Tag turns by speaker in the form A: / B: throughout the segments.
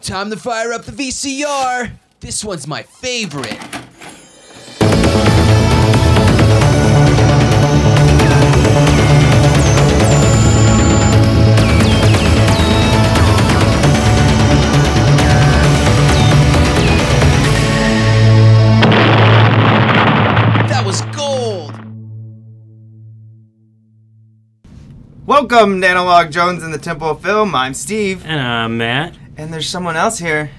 A: Time to fire up the VCR. This one's my favorite. That was gold.
B: Welcome to Analog Jones and the Temple of Film. I'm Steve,
C: And uh, Matt.
B: and there's someone else here.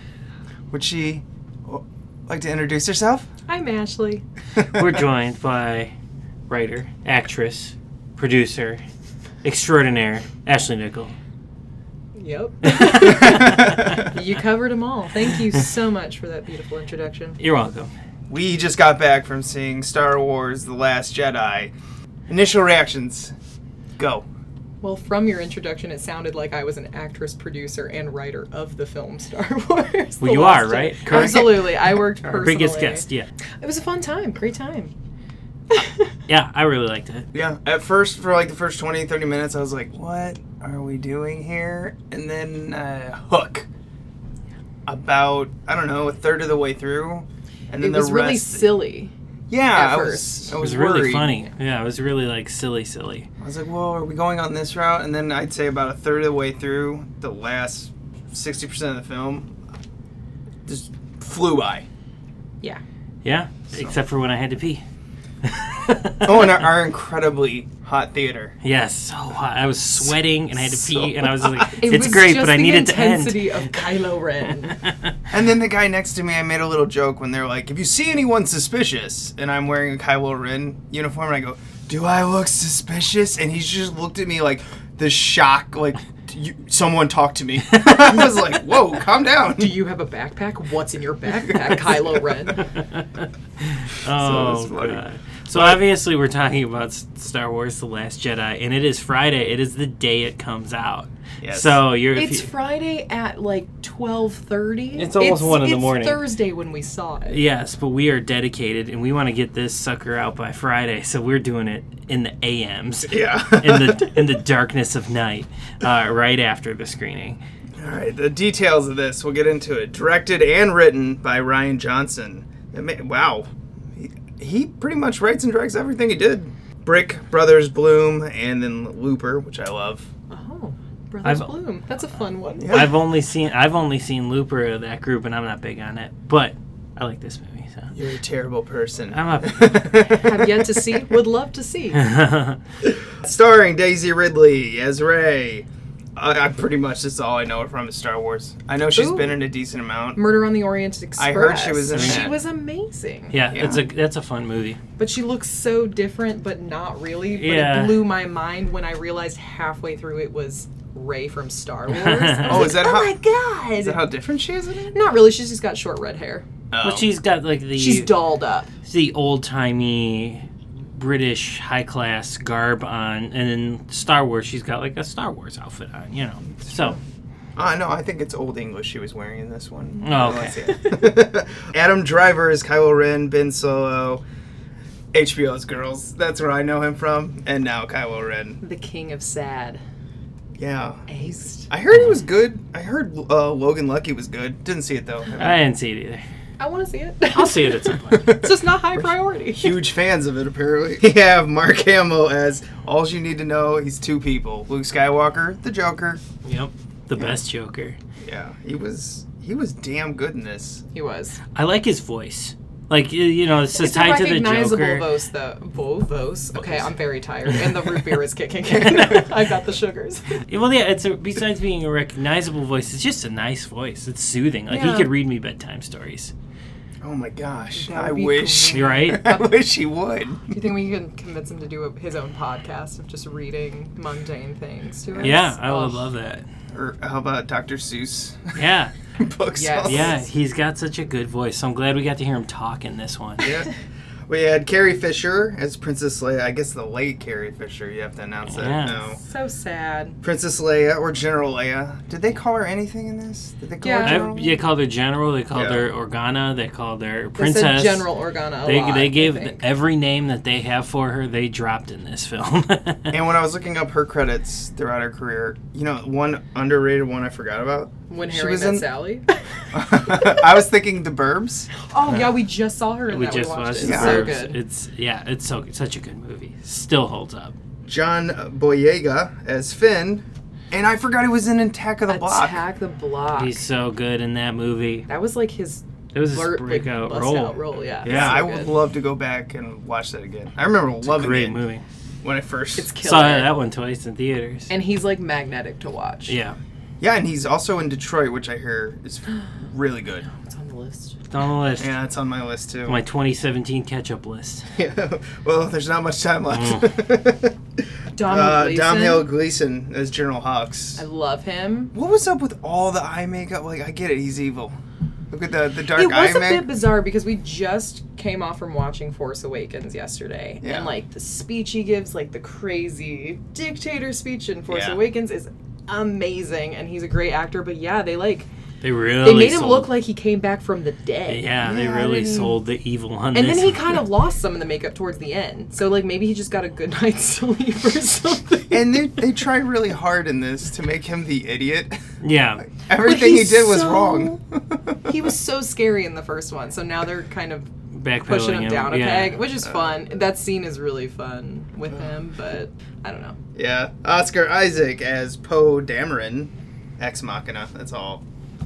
B: Would she uh, like to introduce herself?
D: I'm Ashley.
C: We're joined by writer, actress, producer, extraordinaire, Ashley Nichol.
D: Yep. you covered them all. Thank you so much for that beautiful introduction.
C: You're welcome.
B: we just got back from seeing Star Wars: The Last Jedi. Initial reactions. Go.
D: Well, from your introduction, it sounded like I was an actress, producer, and writer of the film Star Wars.
C: Well,
D: The
C: you
D: Last
C: are,
D: Jedi.
C: right? Correct.
D: Absolutely. I worked personally.
C: Biggest guest, yeah.
D: It was a fun time. Great time.
C: Yeah, I really liked it.
B: Yeah, at first, for like the first 20, 30 minutes, I was like, what are we doing here? And then uh, Hook. About, I don't know, a third of the way through. And then
D: it was
B: the
D: really
B: rest.
D: silly.
B: yeah,
D: at
B: I was,
D: first.
B: I
C: It
B: was,
C: was really
B: worried.
C: funny. Yeah, it was really like silly, silly.
B: I was like, well, are we going on this route? And then I'd say about a third of the way through, the last 60% of the film just flew by.
D: Yeah.
C: Yeah, except for when I had to pee.
B: Oh, and our, our incredibly hot theater.
C: Yes, so hot. I was sweating and I had to pee,
B: So
C: and I was like,
D: It
C: "It's
D: was
C: great,
D: just
C: but I
D: the
C: need it to end."
D: intensity of Kylo Ren.
B: And then the guy next to me, I made a little joke when they're like, "If you see anyone suspicious," and I'm wearing a Kylo Ren uniform, and I go, "Do I look suspicious?" And he just looked at me like the shock, like you, someone talked to me. I was like, "Whoa, calm down."
D: Do you have a backpack? What's in your backpack, Kylo Ren?
C: Oh,
B: So it's funny.
C: God. So obviously we're talking about S- Star Wars: The Last Jedi, and it is Friday. It is the day it comes out.
B: Yes.
C: So you're. if
D: It's
C: you-
D: Friday at like twelve thirty.
C: It's almost one in the morning.
D: Thursday when we saw it.
C: Yes, but we are dedicated and we want to get this sucker out by Friday, so we're doing it in the AMs.
B: Yeah.
C: in the in the darkness of night, uh, right after the screening.
B: All right, the details of this we'll get into it. Directed and written by Ryan Johnson. It ma- wow, he, he pretty much writes and directs everything he did. Brick Brothers Bloom and then Looper, which I love.
D: Oh, Brothers
C: I've-
D: Bloom. That's a fun one.
B: Yeah.
C: I've only seen I've only seen Looper of that group and I'm not big on it, but I like this movie, so
B: You're a terrible person.
C: I'm
D: Have yet to see. Would love to see.
B: Starring Daisy Ridley as Rey. I, I pretty much that's all I know her from is Star Wars. I know she's
D: Ooh.
B: been in a decent amount.
D: Murder on the Orient Express.
B: I heard she was in
D: She
B: that.
D: was amazing.
C: yeah,
B: Yeah.
C: it's a that's a fun movie.
D: But she looks so different, but not really. But
C: Yeah.
D: it blew my mind when I realized halfway through it was Ray from Star Wars.
B: Oh, is that
D: oh
B: how-
D: my god!
B: Is that how different she is in it?
D: not really. She's just got short red hair.
B: Oh.
C: Well, she's got like the
D: She's dolled up.
C: the old timey British high class garb on, and in Star Wars, she's got like a Star Wars outfit on, you know. So
B: Ah, no, I think it's Old English she was wearing in this one.
C: Oh,
B: Let's see it. Adam Driver is Kylo Ren, Ben Solo, HBO's Girls. That's where I know him from. And now Kylo Ren.
D: The king of sad.
B: Yeah.
D: Aced.
B: I heard he
C: Mm-hmm.
B: was good. I heard uh, Logan Lucky was good. Didn't see it though.
C: I didn't see it either.
D: I want to see it.
C: I'll see it at some point.
D: It's just not high priority.
B: huge fans of it apparently. We have Mark Hamill as all you need to know. He's two people: Luke Skywalker, the Joker.
C: yep, the best Joker.
B: Yeah, he was he was damn good in this.
D: He was.
C: I like his voice. Like y- you know, it's, just
D: It's
C: tied
D: a
C: to the
D: recognizable
C: Joker.
D: voice, though. Vo- voice. Okay, I'm very tired, and the root beer is kicking in. I got the sugars.
C: Yeah, Well, yeah, it's a, besides being a recognizable voice, it's just a nice voice. It's soothing. Like he
D: Yeah.
C: could read me bedtime stories.
B: Oh my gosh!
D: That would
B: I
D: be
B: wish.
C: You're right.
B: I wish he would.
D: Do you think we can convince him to do a, his own podcast of just reading mundane things to us?
C: Yeah, I
D: Oh,
C: would love that.
B: Or how about Dr. Seuss
C: Yeah,
B: books?
D: Yes.
C: yeah, he's got such a good voice. So I'm glad we got to hear him talk in this one.
B: Yeah. We had Carrie Fisher as Princess Leia. I guess the late Carrie Fisher. You have to announce that.
C: Yes.
B: No.
D: So sad.
B: Princess Leia or General Leia. Did they call her anything in this? Did they call her
D: Yeah.
C: I,
B: General?
C: they called her general. They called
B: Yeah.
C: her Organa. They called her
D: They
C: princess.
D: said General Organa. A
C: They,
D: lot,
C: they gave
D: I think.
C: every name that they have for her. They dropped in this film.
B: And when I was looking up her credits throughout her career, you know, one underrated one I forgot about.
D: when
B: she
D: Harry
B: was
D: met
B: in-
D: Sally.
B: I was thinking The Burbs.
D: oh yeah, we just saw her. In
C: we
D: that.
C: just
D: watched,
C: watched
D: it.
C: the
D: It's
B: Yeah.
D: so
C: Burbs.
D: good.
C: It's yeah, it's so such a good movie. Still holds up.
B: John Boyega as Finn, and I forgot he was in Attack of the Block.
D: Attack the block.
C: He's so good in that movie.
D: that was like his
C: It was his
D: blurt, like,
C: breakout
D: bust
C: role.
D: out role. Yeah.
C: Yeah,
B: Yeah,
D: so
B: I
D: good.
B: would love to go back and watch that again. I remember loving
C: Great
B: it
C: movie.
B: when I first.
D: It's killer.
C: Saw that one twice in theaters.
D: And he's like magnetic to watch.
C: yeah,
B: yeah, and he's also in Detroit, which I hear is really good.
D: It's on the list.
C: it's on the list.
B: Yeah, it's on my list too.
C: My 2017 catch-up list.
B: well, there's not much time left.
D: Dom
B: uh,
D: Gleason.
B: Dom Hill Gleason as General Hawks.
D: I love him.
B: What was up with all the eye makeup? Like, I get it, he's evil. Look at the the dark
D: It was
B: eye
D: a bit
B: makeup.
D: bizarre because we just came off from watching Force Awakens yesterday,
B: Yeah.
D: and like the speech he gives, like the crazy dictator speech in Force
B: Yeah.
D: Awakens, is amazing, and he's a great actor. But yeah, they like
C: They really
D: they made him
C: sold-
D: look like he came back from the dead.
C: Yeah, they
B: Yeah, I
C: really
B: didn't-
C: sold the evil on
D: And
C: this.
D: then he
C: one.
D: kind of lost some of the makeup towards the end, so like maybe he just got a good night's sleep or something.
B: And they, they try really hard in this to make him the idiot.
C: yeah,
B: Everything he
D: he's
B: did was
D: so-
B: wrong.
D: he was so scary in the first one, so now they're kind of
C: backpedaling
D: pushing him, down a
C: yeah.
D: peg, which is fun. That scene is really fun with
B: Uh-huh.
D: him, but I don't know.
B: yeah, Oscar Isaac as Poe Dameron, ex machina. That's all.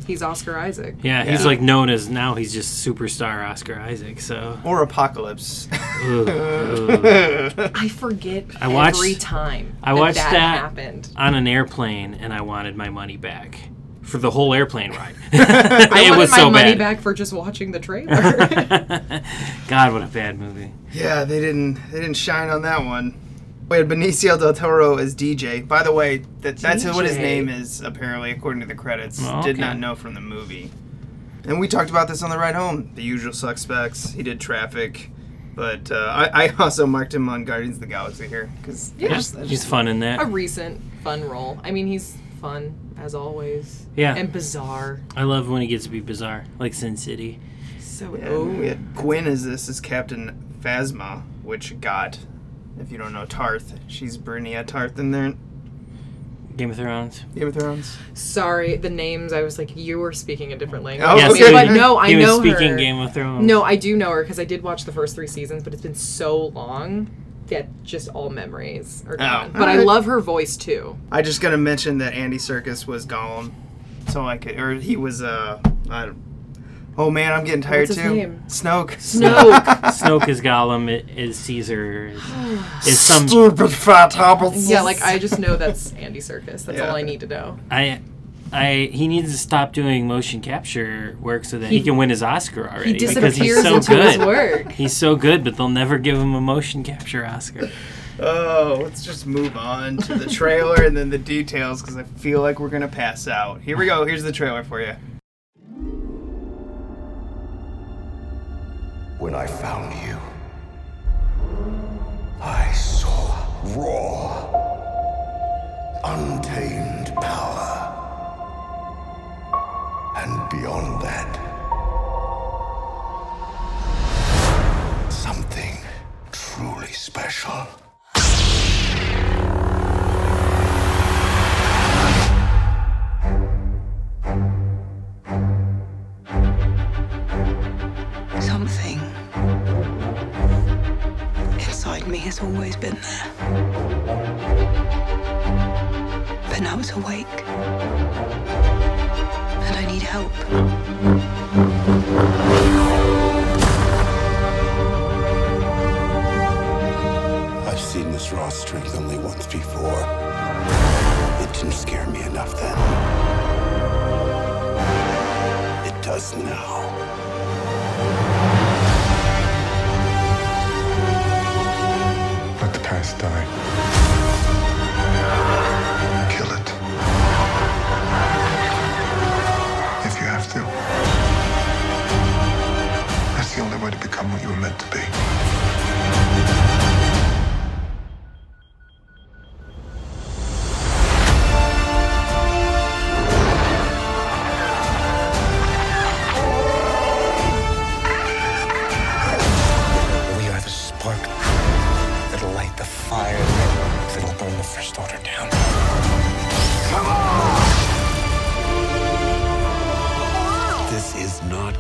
D: He's Oscar Isaac.
C: Yeah, he's
B: Yeah.
C: like known as now he's just superstar Oscar Isaac. So
B: Or Apocalypse.
C: Ooh, ooh.
B: yeah,
D: I forget
C: I watched-
D: every time.
C: I watched
D: that,
C: that.
D: happened.
C: on an airplane, and I wanted my money back for the whole airplane ride.
D: I
C: it
D: wanted
C: was
D: my
C: so
D: money
C: bad.
D: back for just watching the trailer.
C: God, what a bad movie.
B: they didn't they didn't shine on that one. We had Benicio del Toro as DJ. By the way, that, that's what his
D: DJ.
B: name is apparently, according to the credits.
C: Oh,
B: Did
C: okay.
B: not know from the movie. And we talked about this on the ride home. The usual suspects. He did traffic, but uh, I, I also marked him on Guardians of the Galaxy here because
D: Yeah.
C: He's fun in
D: a
C: that.
D: recent fun role. I mean, he's fun as always
C: Yeah.
D: and bizarre.
C: I love when he gets to be bizarre, like Sin City.
D: So
B: Yeah,
D: oh,
B: we had Gwen is this is Captain Phasma, which got, if you don't know Tarth, she's Brunia Tarth in there.
C: Game of Thrones.
B: Game of Thrones.
D: sorry, the names. I was like, you were speaking a different language.
B: Oh,
D: I
B: Yes,
D: mean,
B: he-
D: but no, I
C: he
D: know
C: was speaking
D: her.
C: Game of Thrones.
D: No, I do know her because I did watch the first three seasons, but it's been so long that just all memories are gone. but I
B: Alright.
D: love her voice too.
B: I just gotta mention that Andy Circus was Gollum, so I could, or he was uh, I don't. Oh man, I'm getting tired
D: What's his
B: too.
D: name?
B: Snoke.
D: Snoke.
C: Snoke is Gollum. It is Caesar. Is, is some
B: Stupid fat hobbits.
D: yeah, like I just know that's Andy Circus. That's all I need to know.
C: I, I he needs to stop doing motion capture work so that he,
D: He-
C: can win his Oscar already.
D: He disappears into his work.
C: He's so good, but they'll never give him a motion capture Oscar.
B: Oh, let's just move on to the trailer and then the details because I feel like we're gonna pass out. Here we go. Here's the trailer for you.
E: When I found you, I saw raw, untamed power. And beyond that, something truly special.
F: Something inside me has always been there. But now it's awake. And I need help.
E: I've seen this raw strength only once before. It didn't scare me enough then. It does now.
G: Let the past die.
E: Kill it.
G: If you have to. That's the only way to become what you were meant to be.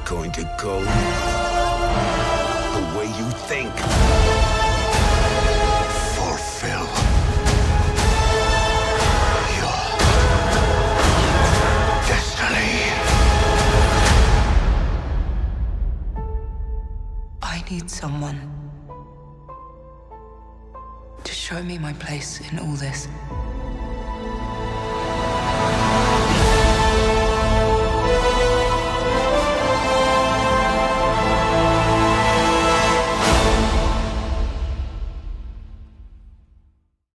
E: going to go the way you think. Fulfill your destiny.
F: I need someone to show me my place in all this.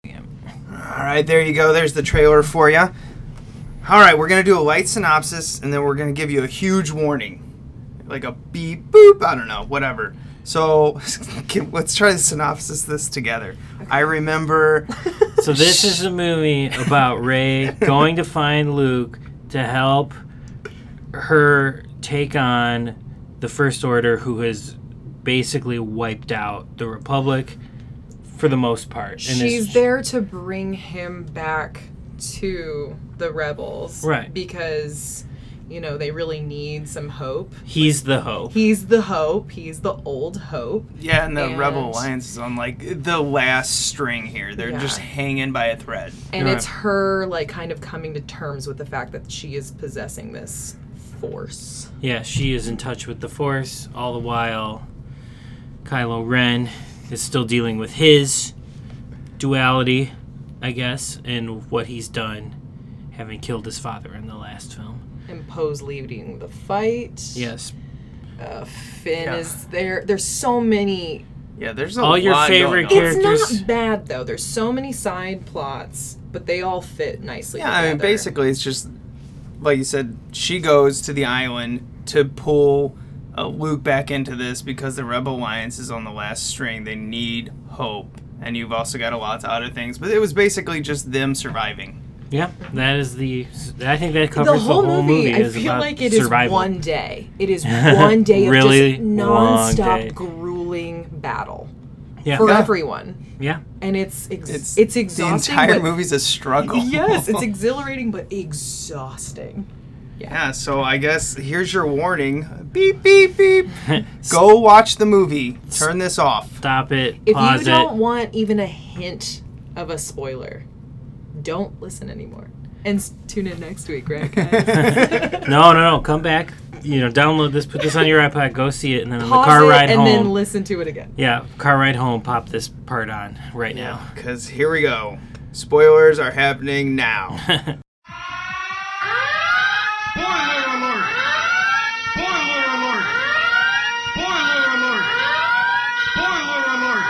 B: All right, there you go. There's the trailer for you. All right, we're gonna do a light synopsis, and then we're gonna give you a huge warning, like a beep boop. I don't know, whatever. So can, let's try to synopsis this together. I remember.
C: So this is a movie about Ray going to find Luke to help her take on the First Order, who has basically wiped out the Republic for the most part. And is-
D: She's there to bring him back to the rebels.
C: Right.
D: Because, you know, they really need some hope.
C: He's the hope.
D: He's the hope. He's the old hope.
B: Yeah, and the
D: And-
B: Rebel Alliance is on like the last string here. They're
D: Yeah.
B: just hanging by a thread.
D: And
C: Right.
D: it's her, like, kind of coming to terms with the fact that she is possessing this force.
C: Yeah, she is in touch with the Force, all the while Kylo Ren is still dealing with his duality, I guess, and what he's done, having killed his father in the last film.
D: And Poe's leading the fight.
C: Yes.
D: Uh, Finn
B: Yeah.
D: is there. There's so many.
B: Yeah, there's a
C: All
B: lot
C: your favorite
B: going on.
D: It's
C: Characters-
D: not bad, though. There's so many side plots, but they all fit nicely.
B: Yeah, I mean,
D: together.
B: basically, it's just like you said. She goes to the island to pull uh, Luke back into this because the Rebel Alliance is on the last string. They need hope, and you've also got a lot of other things. But it was basically just them surviving.
C: Yeah, that is the. I think that
D: the
C: covers
D: whole, movie, I
C: is
D: feel
C: about
D: like it is
C: survival.
D: one day. It is one day of
C: Really
D: just
C: long
D: nonstop
C: day.
D: grueling battle
C: Yeah.
D: for
B: Yeah.
D: everyone,
C: yeah.
D: and it's ex-
B: It's
D: it's, exhausting.
B: The entire
D: but-
B: movie's a struggle.
D: Yes, it's exhilarating but exhausting.
B: yeah. So I guess here's your warning. Beep beep beep. Go watch the movie. Turn this off.
C: Stop it.
D: If
C: pause
D: you
C: it.
D: don't want even a hint of a spoiler, don't listen anymore. And s- tune in next week, right? guys?
C: no, no, no. Come back. You know, download this, put this on your iPod, go see it, and then on the
D: Pause
C: car
D: it
C: ride
D: and
C: home.
D: then listen to it again.
C: yeah, car ride home. Pop this part on right now.
B: Because here we go. Spoilers are happening now.
H: Boiler alert! Boiler alert! Boiler alert! Boiler alert!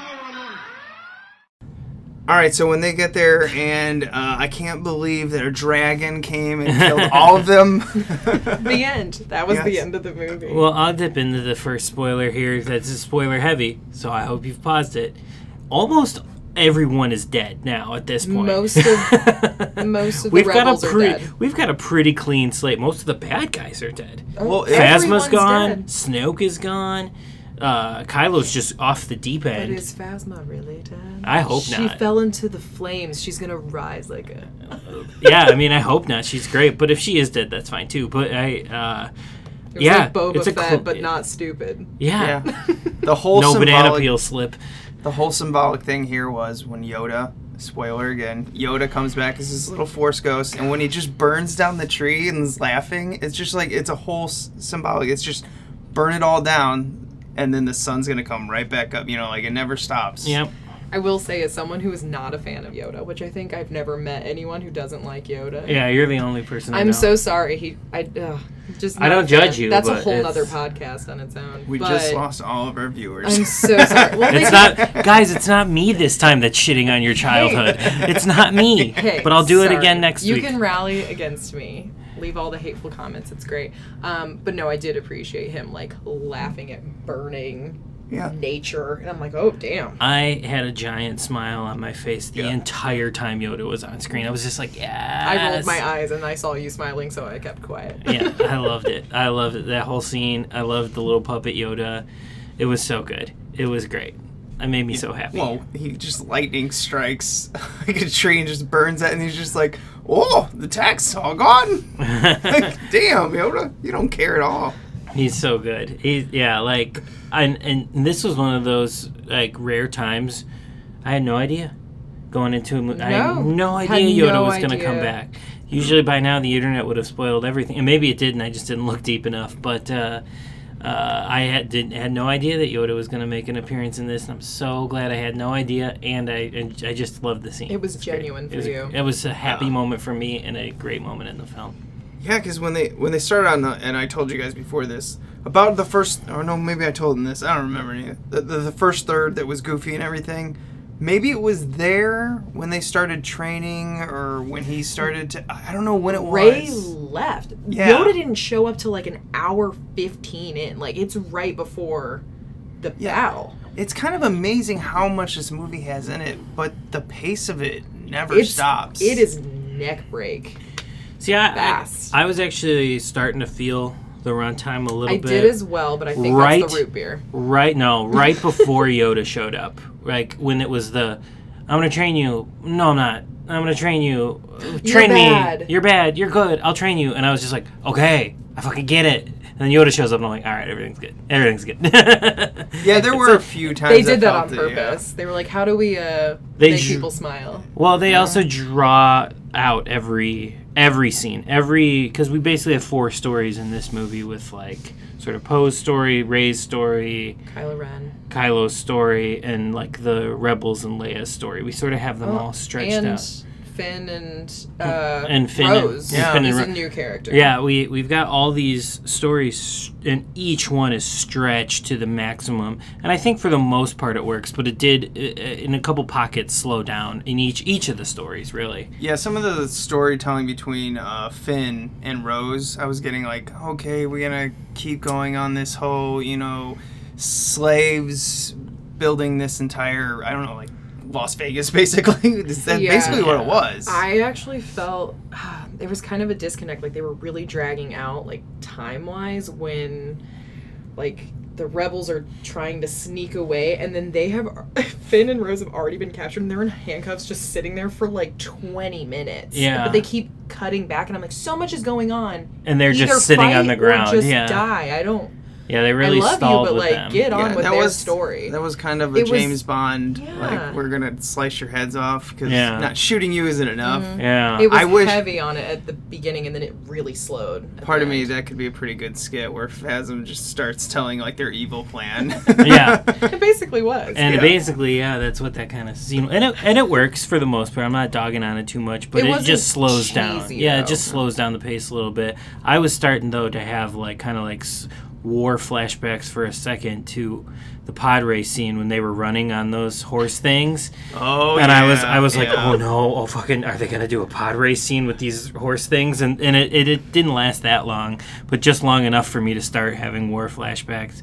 H: Boiler alert! Boiler alert!
B: All right, so when they get there, and uh, I can't believe that a dragon came and killed all of them.
D: The end. That was the
B: Yes.
D: end of the movie.
C: Well, I'll dip into the first spoiler here. That's a spoiler heavy, so I hope you've paused it. Almost everyone is dead now at this point.
D: most of most of the
C: we've
D: rebels
C: got a
D: are
C: pretty
D: dead.
C: we've got a pretty clean slate. Most of the bad guys are dead.
B: well,
D: Every-
B: it,
C: Phasma's
D: Oh, Everyone's
C: gone.
D: dead.
C: Snoke is gone. Uh, Kylo's just off the deep
D: But
C: end.
D: is Phasma really dead?
C: I hope
D: she
C: not.
D: fell into the flames. She's gonna rise like a.
C: yeah, I mean, I hope not. She's great, but if she is dead, that's fine too. But I, uh,
D: It was
C: Yeah,
D: like Boba
C: it's a
D: Fett,
C: cl-
D: but not stupid.
C: yeah,
B: yeah, the whole
C: no banana
B: symbolic,
C: peel slip.
B: the whole symbolic thing here was when Yoda, spoiler again, Yoda comes back as this little Force ghost, and when he just burns down the tree and is laughing, it's just like it's a whole s- symbolic. It's just burn it all down, and then the sun's gonna come right back up. You know, like it never stops.
C: Yep.
D: I will say, as someone who is not a fan of Yoda, which I think I've never met anyone who doesn't like Yoda.
C: Yeah, you're the only person. I
D: I'm
C: know.
D: so sorry. He, I, uh, just.
C: I
D: not
C: don't
D: a fan.
C: judge you,
D: That's
C: but
D: a whole
C: it's-
D: other podcast on its own.
B: We
D: but
B: just lost all of our viewers.
D: I'm so sorry. Well,
C: It's
D: they-
C: not, guys. It's not me this time that's shitting on your childhood. It's not me.
D: Okay,
C: but I'll do it
D: sorry.
C: again next
D: you
C: week.
D: can rally against me. Leave all the hateful comments. It's great. Um, but no, I did appreciate him like laughing at burning
B: yeah.
D: nature, and I'm like, oh damn.
C: I had a giant smile on my face the entire time Yoda was on screen. I was just like, yeah.
D: I rolled my eyes and I saw you smiling, so I kept quiet.
C: yeah, I loved it. I loved it. that whole scene. I loved the little puppet Yoda. It was so good. It was great. That made me so happy.
B: Well, he just lightning strikes like a tree and just burns it, and he's just like, "Oh, the tack's all gone." like, damn, Yoda, you don't care at all.
C: He's so good. He yeah, like and and this was one of those like rare times I had no idea going into a movie. I had
D: No.
C: no idea
D: Had
C: Yoda
D: no
C: was going to
D: idea.
C: come back. Usually by now the internet would have spoiled everything, and maybe it did, and I just didn't look deep enough. But uh, uh, I had didn't had no idea that Yoda was going to make an appearance in this, and I'm so glad I had no idea. And I and I just loved the scene.
D: It was
C: It's great.
D: genuine
C: it was,
D: for you.
C: It was a happy moment for me and a great moment in the film.
B: Yeah, because when they when they started on the and I told you guys before this about the first or no maybe I told them this I don't remember any the, the, the first third that was goofy and everything. Maybe it was there when they started training or when he started to I don't know when it
D: Ray
B: was.
D: left.
B: Yeah.
D: Yoda didn't show up till like an hour fifteen in. Like it's right before the
B: Yeah.
D: battle.
B: It's kind of amazing how much this movie has in it, but the pace of it never
D: It's,
B: stops.
D: It is neck break.
C: See, I, I,
D: Fast.
C: I was actually starting to feel the runtime a little
D: I
C: bit.
D: did as well, but I think that's
C: Right.
D: the root beer.
C: Right, no, right before Yoda showed up. Like when it was the, I'm gonna train you. No, I'm not. I'm gonna train you. Train
D: bad."
C: me. You're bad. You're good. I'll train you. And I was just like, okay, I fucking get it. And then Yoda shows up, and I'm like, all right, everything's good. Everything's good.
B: Yeah, there were a few times
D: They did that
B: felt
D: on
B: it, yeah.
D: purpose. They were like, "How do we uh,
C: They
D: make
C: drew-
D: people smile?"
C: Well, they also draw out every every scene, every because we basically have four stories in this movie with like sort of Poe's story, Ray's story,
D: Kylo Ren
C: Kylo's story, and like the Rebels and Leia's story. We sort of have them all stretched
D: Oh, and
C: out.
D: Finn and uh,
C: And Finn and-
D: Rose
C: Yeah. Finn and
D: is a
C: Ro-
D: new character.
C: Yeah, we we've got all these stories, and each one is stretched to the maximum. And I think for the most part it works, but it did uh, uh, in a couple pockets slow down in each each of the stories. Really,
B: Yeah, some of the storytelling between uh, Finn and Rose, I was getting like, okay, we're gonna keep going on this whole, you know, slaves building this entire, I don't know, like Las Vegas, basically. That's that's
D: Yeah.
B: basically what it was.
D: I actually felt there was kind of a disconnect. Like they were really dragging out, like time wise, when like the rebels are trying to sneak away, and then they have Finn and Rose have already been captured, and they're in handcuffs, just sitting there for like twenty minutes.
C: Yeah.
D: but they keep cutting back, and I'm like, so much is going on.
C: and they're
D: Either
C: just sitting on
D: fight
C: the
D: or
C: ground.
D: just
C: yeah,
D: die. I don't.
C: yeah, they really
D: I love you,
C: stalled
D: but
C: with
D: like,
C: them.
D: get on
B: Yeah,
D: with
B: that
D: their
B: was
D: story.
B: That was kind of a
D: It was-
B: James Bond,
D: Yeah.
B: like we're gonna slice your heads off because
C: Yeah.
B: not shooting you isn't enough.
D: Mm-hmm.
C: yeah,
D: it was
B: I wish-
D: heavy on it at the beginning, and then it really slowed. at the
B: Part of me,
D: end.
B: that could be a pretty good skit where Phasm just starts telling like their evil plan.
C: Yeah.
D: it basically was.
C: And
B: Yeah.
C: basically, yeah, that's what that kind of scene. And it, and it works for the most part. I'm not dogging on it too much, but
D: It
C: it,
D: wasn't
C: just slows down.
D: cheesy,
C: Yeah,
D: though.
C: it just slows down the pace a little bit. I was starting though to have like kind of like s- war flashbacks for a second to the pod race scene when they were running on those horse things.
B: oh,
C: and I was
B: yeah,
C: I was like,
B: yeah.
C: oh no, oh fucking, are they gonna do a pod race scene with these horse things? And and it, it, it didn't last that long, but just long enough for me to start having war flashbacks.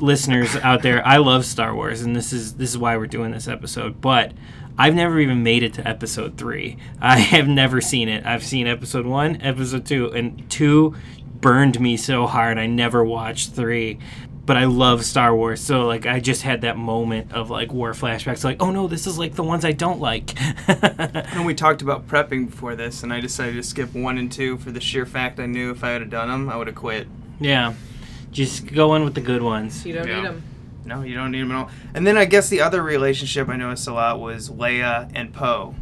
C: Listeners out there, I love Star Wars, and this is this is why we're doing this episode. But I've never even made it to episode three. I have never seen it. I've seen episode one, episode two, and two burned me so hard. I never watched three but I love Star Wars, so like I just had that moment of like war flashbacks, like oh no, this is like the ones I don't like.
B: And we talked about prepping before this, and I decided to skip one and two for the sheer fact I knew if I would have done them, I would have quit.
C: yeah, just go in with the good ones.
D: you don't
B: Yeah.
D: need them.
B: No, you don't need them at all. And then I guess the other relationship I noticed a lot was Leia and Poe.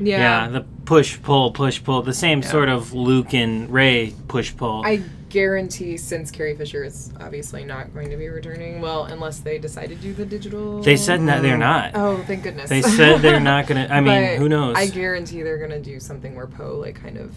C: Yeah, the push pull, push pull, the same sort of Luke and Ray push pull.
D: I guarantee since Carrie Fisher is obviously not going to be returning, well, unless they decide to do the digital.
C: they said that they're not.
D: Oh, thank goodness.
C: They said they're not gonna. I mean, who knows?
D: I guarantee they're gonna do something where Poe like kind of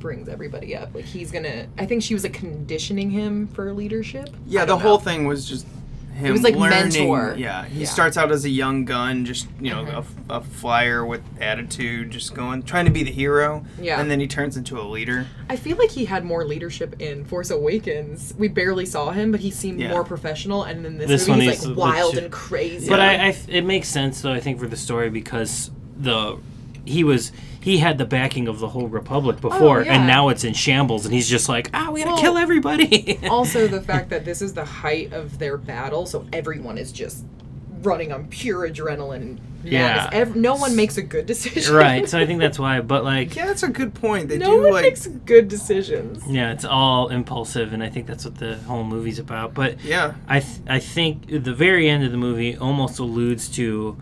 D: brings everybody up. Like he's gonna. I think she was like conditioning him for leadership.
B: Yeah,
D: I
B: the
D: don't
B: whole
D: know.
B: thing was just him
D: was like
B: learning.
D: mentor.
B: Yeah, Mm-hmm. he
D: Yeah.
B: starts out as a young gun, just you know, a f a a, flyer with attitude, just going trying to be the hero.
D: Yeah.
B: and then he turns into a leader.
D: I feel like he had more leadership in Force Awakens. We barely saw him, but he seemed
B: Yeah.
D: more professional. And then this,
C: This
D: movie,
C: one
D: he's like
C: he's
D: wild
C: legit-
D: and crazy.
C: But I, I, it makes sense though. I think for the story because the he was he had the backing of the whole republic before,
D: Oh, yeah.
C: and now it's in shambles, and he's just like, ah, we gotta
D: Well,
C: kill everybody.
D: also the fact that this is the height of their battle, so everyone is just running on pure adrenaline. and madness.
C: Yeah.
D: Ev- no one makes a good decision.
C: right. So I think that's why. But like,
B: Yeah, that's a good point. They
D: no
B: do
D: one
B: like
D: makes good decisions.
C: yeah, it's all impulsive, and I think that's what the whole movie's about. But
B: yeah.
C: I th- I think the very end of the movie almost alludes to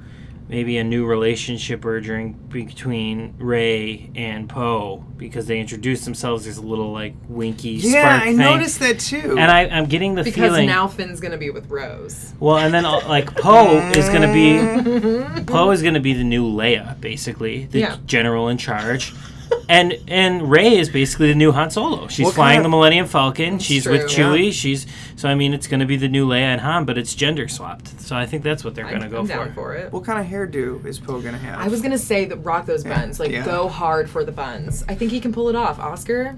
C: maybe a new relationship urging between Ray and Poe because they introduce themselves as a little like winky
B: Yeah,
C: spark
B: I
C: thing.
B: noticed that too.
C: and I, I'm getting the
D: Because
C: feeling
D: now Finn's gonna be with Rose.
C: well, and then uh, like Poe is gonna be Poe is gonna be the new Leia, basically the
D: Yeah.
C: general in charge, and and Ray is basically the new Han Solo. She's
B: What
C: flying
B: kind of-
C: the Millennium Falcon. She's with
D: true.
C: Chewie. She's so I mean it's gonna be the new Leia and Han, but it's gender swapped. So I think that's what they're gonna
D: I'm,
C: go
D: I'm
C: for.
D: down for it.
B: what kind of hairdo is Poe gonna have?
D: I was gonna say that rock those buns, like
B: Yeah.
D: go hard for the buns. I think he can pull it off. Oscar,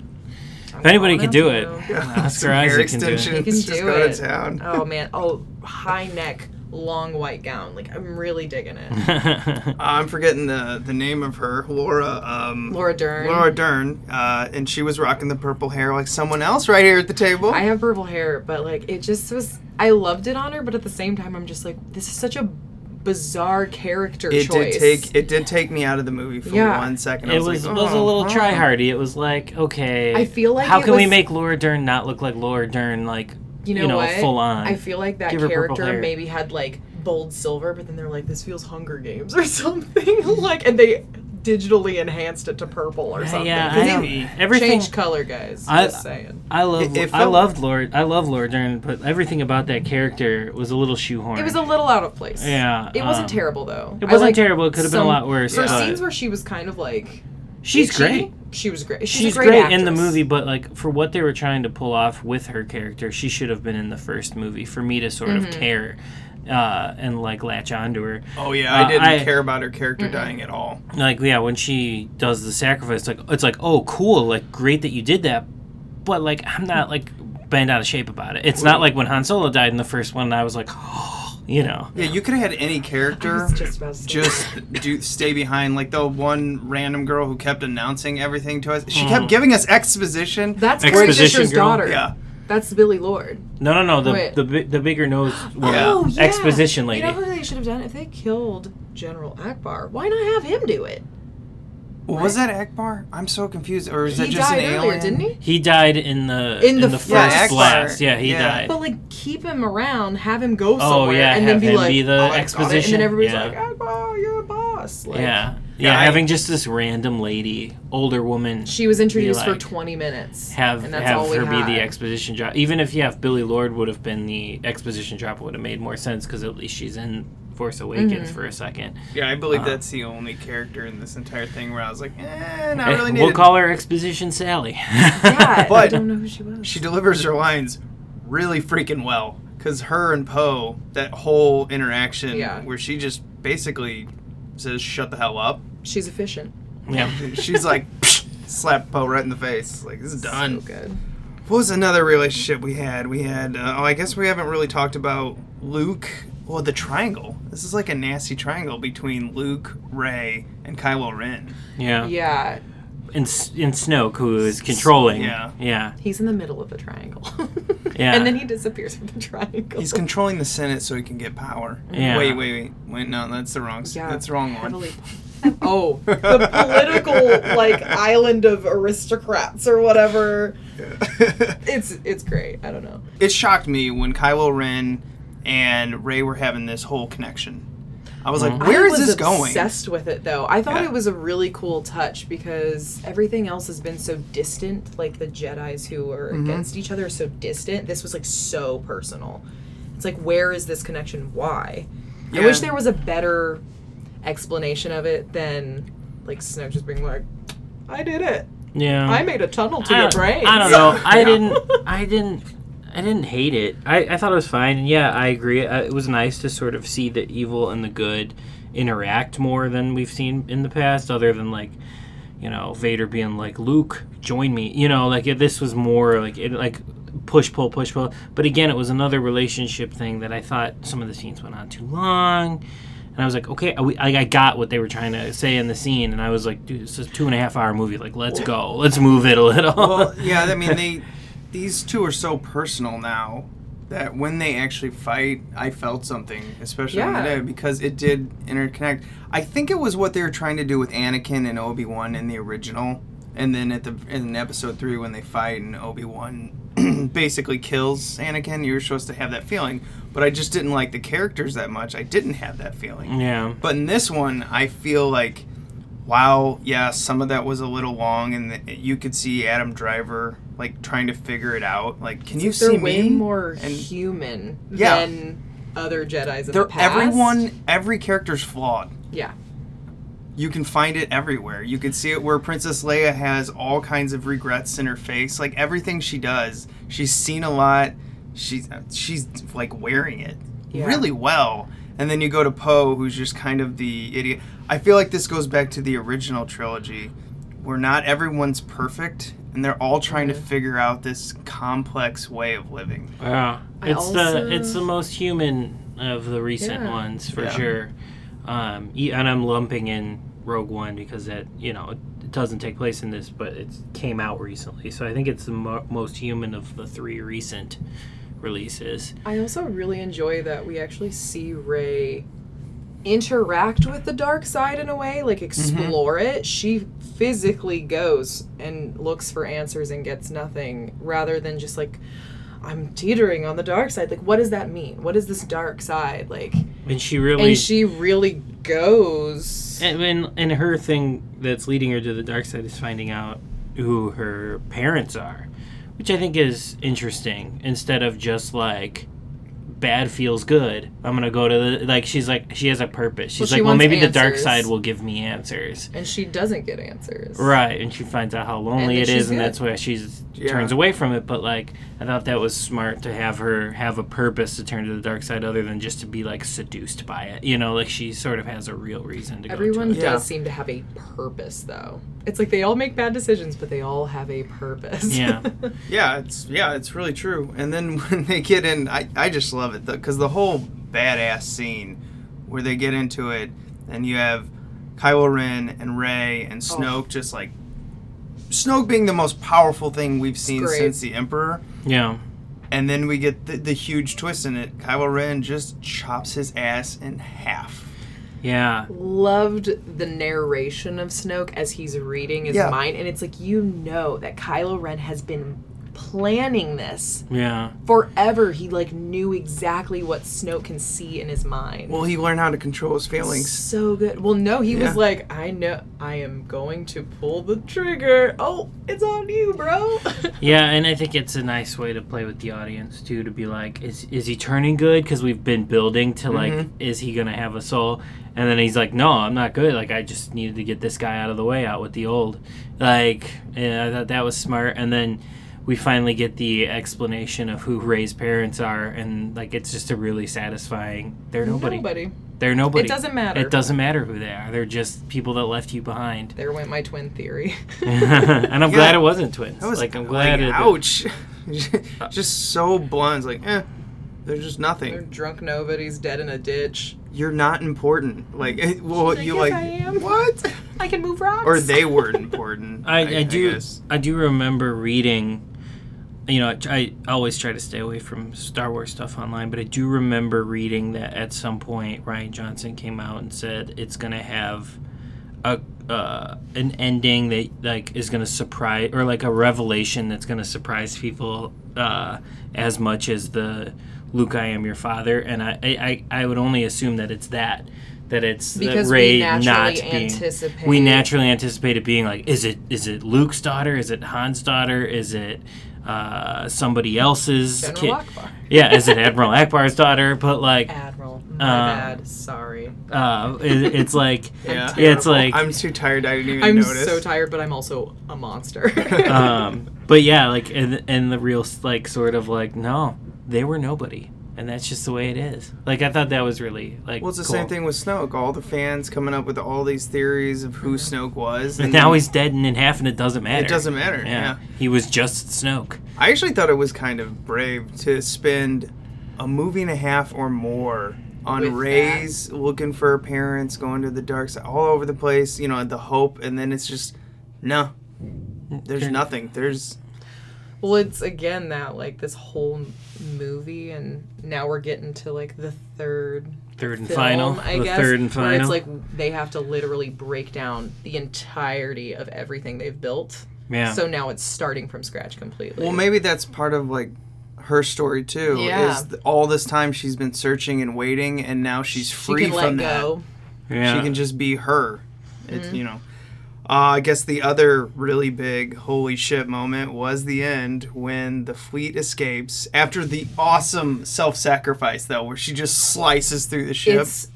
C: If anybody
D: Calling
C: could do
D: out
C: it,
D: to
B: Some
C: Oscar
B: hair
C: Isaac can do
B: extensions.
C: it.
D: He can
B: just
D: do
B: go
D: it.
B: to town.
D: Oh man, oh high neck, long white gown. Like I'm really digging it.
B: I'm forgetting the the name of her, Laura. Um,
D: Laura Dern.
B: Laura Dern, uh, and she was rocking the purple hair like someone else right here at the table.
D: I have purple hair, but like it just was. I loved it on her, but at the same time, I'm just like, this is such a bizarre character
B: it
D: choice.
B: did take it did take me out of the movie for
D: Yeah.
B: one second. I
C: It was
B: like,
C: was a
B: "Oh,
C: little
B: oh."
C: try hardy. It was like okay,
D: I feel like
C: how
D: it
C: can we
D: was-
C: make Laura Dern not look like Laura Dern like
D: you know, what?
C: full on?
D: I feel like that
C: Give her purple
D: character
C: hair.
D: maybe had like bold silver, but then they're like, this feels Hunger Games or something. like, and they digitally enhanced it to purple or something.
C: Yeah, I
D: They
C: don't- everything.
D: Change color, guys.
C: I-
D: just saying.
C: I love.
B: It- it
C: I
B: felt-
C: loved Lord. I love Lord Dern, but everything about that character was a little shoehorned.
D: It was a little out of place.
C: Yeah,
D: It wasn't
C: um,
D: terrible though.
C: It
D: I
C: wasn't
D: like
C: terrible. It could have been a
D: some-
C: lot worse.
D: There were
C: but
D: scenes where she was kind of like
C: she's
D: itchy.
C: great.
D: She was great. She's, a
C: She's
D: great,
C: great in the
D: actress.
C: movie, but like for what they were trying to pull off with her character, she should have been in the first movie for me to sort of
D: Mm-hmm.
C: care uh, and like latch onto her.
B: Oh yeah,
C: Uh,
B: I didn't
C: I-
B: care about her character dying at all.
C: like yeah when she does the sacrifice like it's like oh cool like great that you did that but like i'm not like bent out of shape about it it's not like when han solo died in the first one and i was like oh you know
B: Yeah, you could have had any character
D: was just about to say
B: just do stay behind, like the one random girl who kept announcing everything to us. She kept giving us exposition.
D: That's
C: Exposition
D: Corey Fisher's
C: girl.
D: daughter.
B: yeah.
D: That's Billy Lord.
C: no no no the
D: Wait.
C: the, bi- the bigger nose one.
B: Yeah. Oh,
C: exposition lady
D: You know who they should have done? If they killed General Akbar, why not have him do it?
B: Was that Akbar? I'm so confused. Or is that
D: he
B: just
D: died
B: an
D: earlier,
B: alien?
D: didn't he?
C: he died in the in,
D: In
C: the,
D: the
C: first
D: Yeah,
B: Akbar.
C: blast yeah he
B: Yeah.
C: died
D: But like, keep him around, have him go
C: oh
D: somewhere,
C: yeah
D: and
C: have
D: then be
C: him
D: like,
C: be the
D: "Oh, I got it,"
C: exposition
D: and then everybody's
C: yeah.
D: like, Akbar, you're a boss. Like,
C: yeah yeah,
B: Yeah, I-
C: having just this random lady older woman
D: She was introduced
C: like,
D: for 20 minutes.
C: have
D: and that's
C: have
D: all we
C: her
D: had.
C: be the exposition drop. Even if yeah, if Billy Lord would have been the exposition drop, it would have made more sense because at least she's in Force Awakens
D: Mm-hmm.
C: for a second.
B: Yeah, I believe that's the only character in this entire thing where I was like, eh, not
C: Eh,
B: really needed.
C: we'll call her Exposition Sally.
D: Yeah, I
B: But-
D: don't know who she was.
B: she delivers her lines really freaking well. Because her and Poe, that whole interaction
D: Yeah.
B: where she just basically says, shut the hell up.
D: She's efficient.
C: yeah.
B: She's like, slap Poe right in the face. Like, this is done.
D: So good.
B: What was another relationship we had? We had, uh, oh, I guess we haven't really talked about Luke. Well, the triangle. This is like a nasty triangle between Luke, Ray, and Kylo Ren.
C: Yeah.
D: Yeah,
C: And S- and Snoke who is controlling.
B: Yeah.
C: Yeah.
D: he's in the middle of the triangle.
C: Yeah.
D: and then he disappears from the triangle.
B: He's controlling the Senate so he can get power.
C: Yeah.
B: Wait, wait, wait. Wait, no, that's the wrong. s
D: Yeah,
B: that's the wrong one.
D: heavily- oh, the political like island of aristocrats or whatever. It's it's great. I don't know.
B: it shocked me when Kylo Ren and Ray were having this whole connection. I was like, where
D: I
B: is
D: was
B: this going?
D: Obsessed with it though. I thought
B: Yeah.
D: it was a really cool touch because everything else has been so distant. Like the Jedi's who are
B: Mm-hmm.
D: against each other are so distant. This was like so personal. It's like where is this connection? Why? I
B: Yeah.
D: wish there was a better explanation of it than like Snoke just being like, "I did it.
C: Yeah.
D: I made a tunnel to
C: I
D: your
C: don't,
D: brain."
C: I don't know. I didn't. I didn't. I didn't hate it. I, I thought it was fine. And yeah, I agree. I, it was nice to sort of see the evil and the good interact more than we've seen in the past, other than like, you know, Vader being like, Luke, join me. You know, like it, this was more like, it, like push, pull, push, pull. But again, it was another relationship thing that I thought some of the scenes went on too long. And I was like, okay, we, I, I got what they were trying to say in the scene. And I was like, dude, this is a two and a half hour movie. Like, let's go. Let's move it a little.
B: well, yeah, I mean, they these two are so personal now that when they actually fight, I felt something, especially
D: Yeah.
B: today, because it did interconnect. I think it was what they were trying to do with Anakin and Obi Wan in the original, and then at the in Episode Three when they fight and Obi Wan basically kills Anakin. You were supposed to have that feeling, but I just didn't like the characters that much. I didn't have that feeling.
C: Yeah.
B: But in this one, I feel like, wow, yeah, some of that was a little long, and th- you could see Adam Driver like trying to figure it out. Like, can you
D: They're
B: see
D: way
B: me?
D: more
B: And
D: human
B: Yeah.
D: than other Jedi's in
B: they're
D: the past.
B: everyone, every character's flawed.
D: Yeah.
B: You can find it everywhere. You could see it where Princess Leia has all kinds of regrets in her face. Like everything she does, she's seen a lot. She's she's like wearing it
D: Yeah.
B: really well. And then you go to Poe, who's just kind of the idiot. I feel like this goes back to the original trilogy, where not everyone's perfect, and they're all trying to figure out this complex way of living.
C: Yeah,
D: I
C: it's
D: also-
C: the it's the most human of the recent
D: Yeah.
C: ones for
B: Yeah.
C: sure. Um, e- and I'm lumping in Rogue One because that you know it doesn't take place in this, but it came out recently, so I think it's the mo- most human of the three recent releases.
D: I also really enjoy that we actually see Ray interact with the dark side in a way,
B: Mm-hmm.
D: like explore it. She physically goes and looks for answers and gets nothing rather than just like I'm teetering on the dark side. Like what does that mean? What is this dark side? Like
C: And she really
D: and she really goes
C: And, and and her thing that's leading her to the dark side is finding out who her parents are, which I think is interesting. Instead of just like bad feels good, I'm gonna go to the like she's like she has a purpose. She's
D: Well, she
C: like, well,
D: wants
C: maybe the dark
D: answers.
C: side will give me answers.
D: and she doesn't get answers.
C: Right, and she finds out how lonely
D: that
C: it
D: she's
C: is, and
D: good.
C: that's why she's
B: Yeah.
C: turns away from it. But like, I thought that was smart to have her have a purpose to turn to the dark side, other than just to be like seduced by it. You know, like she sort of has a real reason to go. to
D: Everyone
C: it.
D: does
B: Yeah.
D: seem to have a purpose though. It's like they all make bad decisions, but they all have a purpose.
C: Yeah.
B: Yeah, it's yeah, it's really true. And then when they get in, I, I just love it because the whole badass scene where they get into it, and you have Kylo Ren and Rey and Snoke just like Snoke being the most powerful thing we've seen
D: great.
B: since the Emperor.
C: Yeah.
B: And then we get the, the huge twist in it. Kylo Ren just chops his ass in half.
C: Yeah.
D: loved the narration of Snoke as he's reading his
B: Yeah.
D: mind, and it's like you know that Kylo Ren has been planning this
C: Yeah.
D: forever. He like knew exactly what Snoke can see in his mind.
B: Well, he learned how to control his feelings.
D: so good. Well, no, he
B: Yeah.
D: was like, I know I am going to pull the trigger. Oh, it's on you, bro.
C: Yeah, and I think it's a nice way to play with the audience too to be like is is he turning good cuz we've been building to like is he going to have a soul? And then he's like no, I'm not good. Like I just needed to get this guy out of the way out with the old. Like yeah, I thought that was smart and then we finally get the explanation of who Ray's parents are and like it's just a really satisfying. They're nobody.
D: Nobody.
C: They're nobody.
D: It doesn't matter.
C: It doesn't matter who they are. They're just people that left you behind.
D: There went my twin theory.
C: and I'm
B: Yeah.
C: glad it wasn't twins.
B: That was
C: like I'm glad
B: like,
C: it
B: ouch. just so blunt. It's Like, eh, they're just nothing.
D: They're drunk nobody's dead in a ditch.
B: you're not important. Like, eh, well, you
D: yes,
B: like
D: I am.
B: what?
D: I can move rocks.
B: Or they weren't important.
C: I, I, do
B: guess.
C: I, do remember reading. You know, I, tr- I always try to stay away from Star Wars stuff online, but I do remember reading that at some point Ryan Johnson came out and said it's going to have a uh, an ending that like is going to surprise or like a revelation that's going to surprise people uh, as much as the Luke, I am your father, and I I, I I would only assume that it's that that it's
D: Because
C: that Ray
D: we
C: not
D: naturally
C: being we
D: anticipate-
C: naturally naturally anticipate it being like is it is it Luke's daughter is it Han's daughter is it uh, somebody else's
D: General
C: kid
D: Akbar.
C: yeah is it Admiral Akbar's daughter but like
D: Admiral. My
C: Uh,
D: bad. Sorry.
C: uh, it, it's like
B: Yeah.
C: yeah it's like
B: I'm too tired. I didn't even
D: I'm
B: notice.
D: so tired, but I'm also a monster.
C: um, but yeah like and and the real like sort of like no they were nobody and that's just the way it is like I thought that was really like
B: Well, it's the
C: cool.
B: same thing with Snoke. All the fans coming up with all these theories of who Snoke was,
C: and now he's dead and in half and it doesn't matter
B: It doesn't matter. Yeah.
C: he was just Snoke
B: I actually thought it was kind of brave to spend a movie and a half or more on
D: With
B: Ray's looking for her parents, going to the dark side, all over the place. You know, the hope, and then it's just no. There's nothing. There's
D: Well, it's again that like this whole m- movie, and now we're getting to like the third,
C: Third and
D: film,
C: final.
D: I
C: the
D: guess,
C: third and
D: where
C: final.
D: It's like they have to literally break down the entirety of everything they've built.
C: yeah.
D: So now it's starting from scratch completely.
B: Well, maybe that's part of like her story too.
D: Yeah.
B: Is th- all this time she's been searching and waiting, and now she's
D: she
B: free
D: can let
B: from
D: go.
B: that.
D: Mm-hmm.
C: yeah.
B: She can just be her. It's you know. Uh, I guess the other really big holy shit moment was the end when the fleet escapes after the awesome self sacrifice though, where she just slices through the ship.
D: It's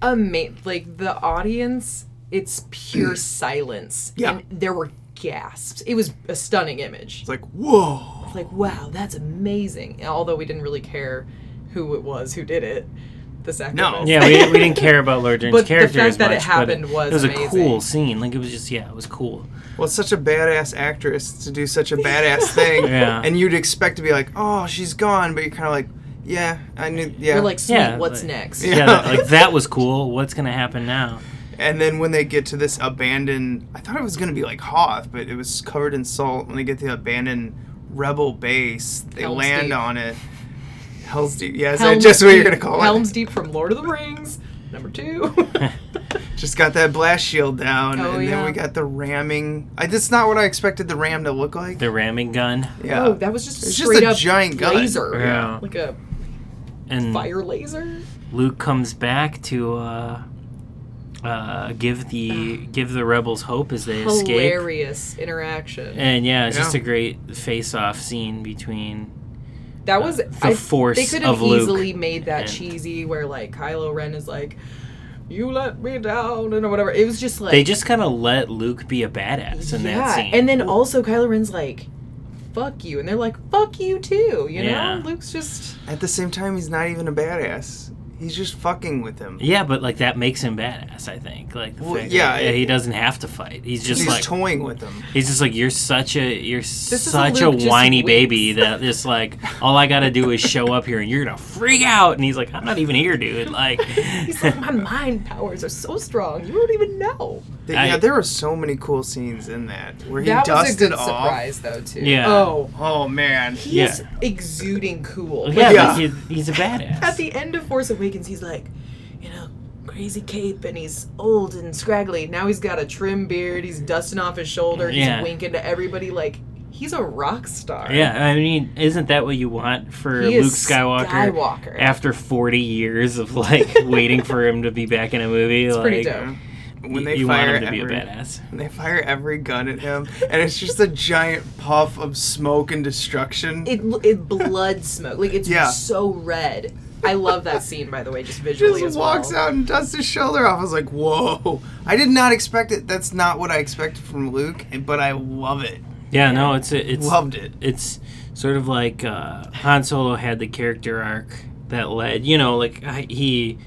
D: amazing. Like the audience, it's pure silence.
B: Yeah.
D: And there were gasps. It was a stunning image.
B: It's like whoa.
D: Like, wow, that's amazing. Although we didn't really care who it was who did it. The sacrifice.
C: yeah, we, we didn't care about Lord Dern's
D: But the
C: character
D: fact
C: as much.
D: that it
C: but
D: happened
C: it,
D: was
C: it was a
D: amazing.
C: cool scene. Like it was just yeah, it was cool.
B: Well, it's such a badass actress to do such a badass thing,
C: Yeah.
B: and you'd expect to be like, "Oh, she's gone," but you're kind of like, "Yeah, I knew." Yeah,
D: You're like, sweet,
C: Yeah,
D: what's
C: like-
D: next?
C: Yeah, that, like that was cool. What's gonna happen now?
B: And then when they get to this abandoned, I thought it was gonna be like Hoth, but it was covered in salt. When they get to the abandoned rebel base, they
D: Helm's
B: land
D: Deep.
B: on it. Hell's Deep. Yeah, is that
D: Helm's
B: just what you're
D: Deep-
B: gonna call
D: Helm's Deep from Lord of the Rings, number two.
B: it? Just got that blast shield down,
D: Oh,
B: and then
D: yeah.
B: we got the ramming. I, that's not what I expected the ram to look like.
C: The ramming gun.
B: yeah,
D: oh, that was just
B: It's just
D: straight
B: a
D: up
B: giant gun.
D: laser.
C: Yeah.
D: Like a
C: And
D: fire laser.
C: Luke comes back to uh, uh, give the give the rebels hope as they escape.
D: Hilarious interaction.
C: And yeah, it's just a
B: Yeah.
C: great face-off scene between.
D: That was I,
C: force
D: They could
C: of
D: have
C: Luke
D: easily made that
C: and-
D: cheesy where like Kylo Ren is like, "You let me down" and whatever. It was just like
C: They just kind of let Luke be a badass in
D: yeah.
C: that scene.
D: And then also Kylo Ren's like, "Fuck you," and they're like, "Fuck you too." You
C: Yeah.
D: know, Luke's just
B: At the same time, he's not even a badass. He's just fucking with him.
C: yeah, but like that makes him badass. I think like the
B: Well,
C: fact
B: yeah,
C: that
B: it-
C: he doesn't have to fight. He's just
B: He's
C: like
B: toying with him.
C: He's just like you're such a you're
D: is
C: such a
D: Luke just
C: whiny
D: weeps.
C: baby that just like all I gotta do is show up here and you're gonna freak out and he's like I'm not even here dude like
D: he's like, "My mind powers are so strong, you don't even know."
B: Th-
C: I-
B: yeah, there were so many cool scenes in that where he
D: that was a
B: dusted
D: good
B: off.
D: surprise though too.
C: Yeah.
D: Oh,
B: Oh man,
D: he's
C: Yeah.
D: exuding cool.
C: yeah,
D: Like,
B: Yeah.
C: But he, he's a badass
D: at the end of Force Awakens, he's like, you know, crazy cape, and he's old and scraggly. Now he's got a trim beard. He's dusting off his shoulder. He's
C: Yeah.
D: winking to everybody like he's a rock star.
C: yeah I mean isn't that what you want for
D: He is
C: Luke Skywalker,
D: Skywalker.
C: after 40 years of like waiting for him to be back in a movie
D: it's
C: like
D: pretty
B: uh-huh.
D: dope.
B: when they
C: you
B: fire
C: want him to
B: every,
C: be a badass
B: when they fire every gun at him, and it's just a giant puff of smoke and destruction.
D: It it blood smoke like it's
B: Yeah.
D: so red. I love that scene by the way, just visually
B: just
D: as
B: walks
D: well.
B: out and dusts his shoulder off. I was like, "Whoa!" I did not expect it. That's not what I expected from Luke, and- but I love it.
C: yeah no it's a, it's
B: Loved it.
C: it's sort of like uh, Han Solo had the character arc that led, you know, like I, he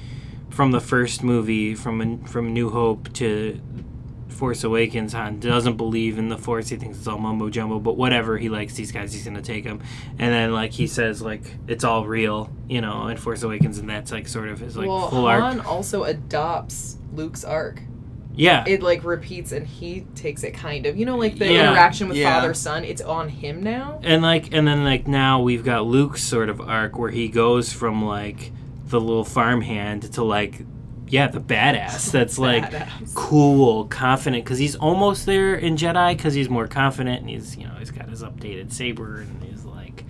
C: from the first movie from a, from New Hope to Force Awakens. Han doesn't believe in the Force; he thinks it's all mumbo jumbo. But whatever, he likes these guys. He's gonna take them, and then like he says, like it's all real, you know, in Force Awakens, and that's like sort of his like
D: well,
C: full
D: Han
C: arc.
D: also adopts Luke's arc.
C: Yeah,
D: It like repeats and he takes it kind of. You know, like the
C: Yeah.
D: interaction with
B: Yeah.
D: father son. It's on him now.
C: and like and then like now we've got Luke's sort of arc where he goes from like the little farmhand to like yeah the badass that's like
D: Badass.
C: cool confident because he's almost there in Jedi because he's more confident and he's you know he's got his updated saber and he's like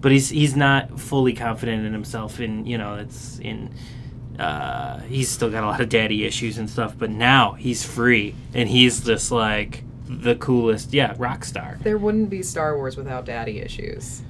C: but he's he's not fully confident in himself and you know it's in uh, he's still got a lot of daddy issues and stuff but now he's free and he's just like the coolest yeah rock star
D: There wouldn't be Star Wars without daddy issues.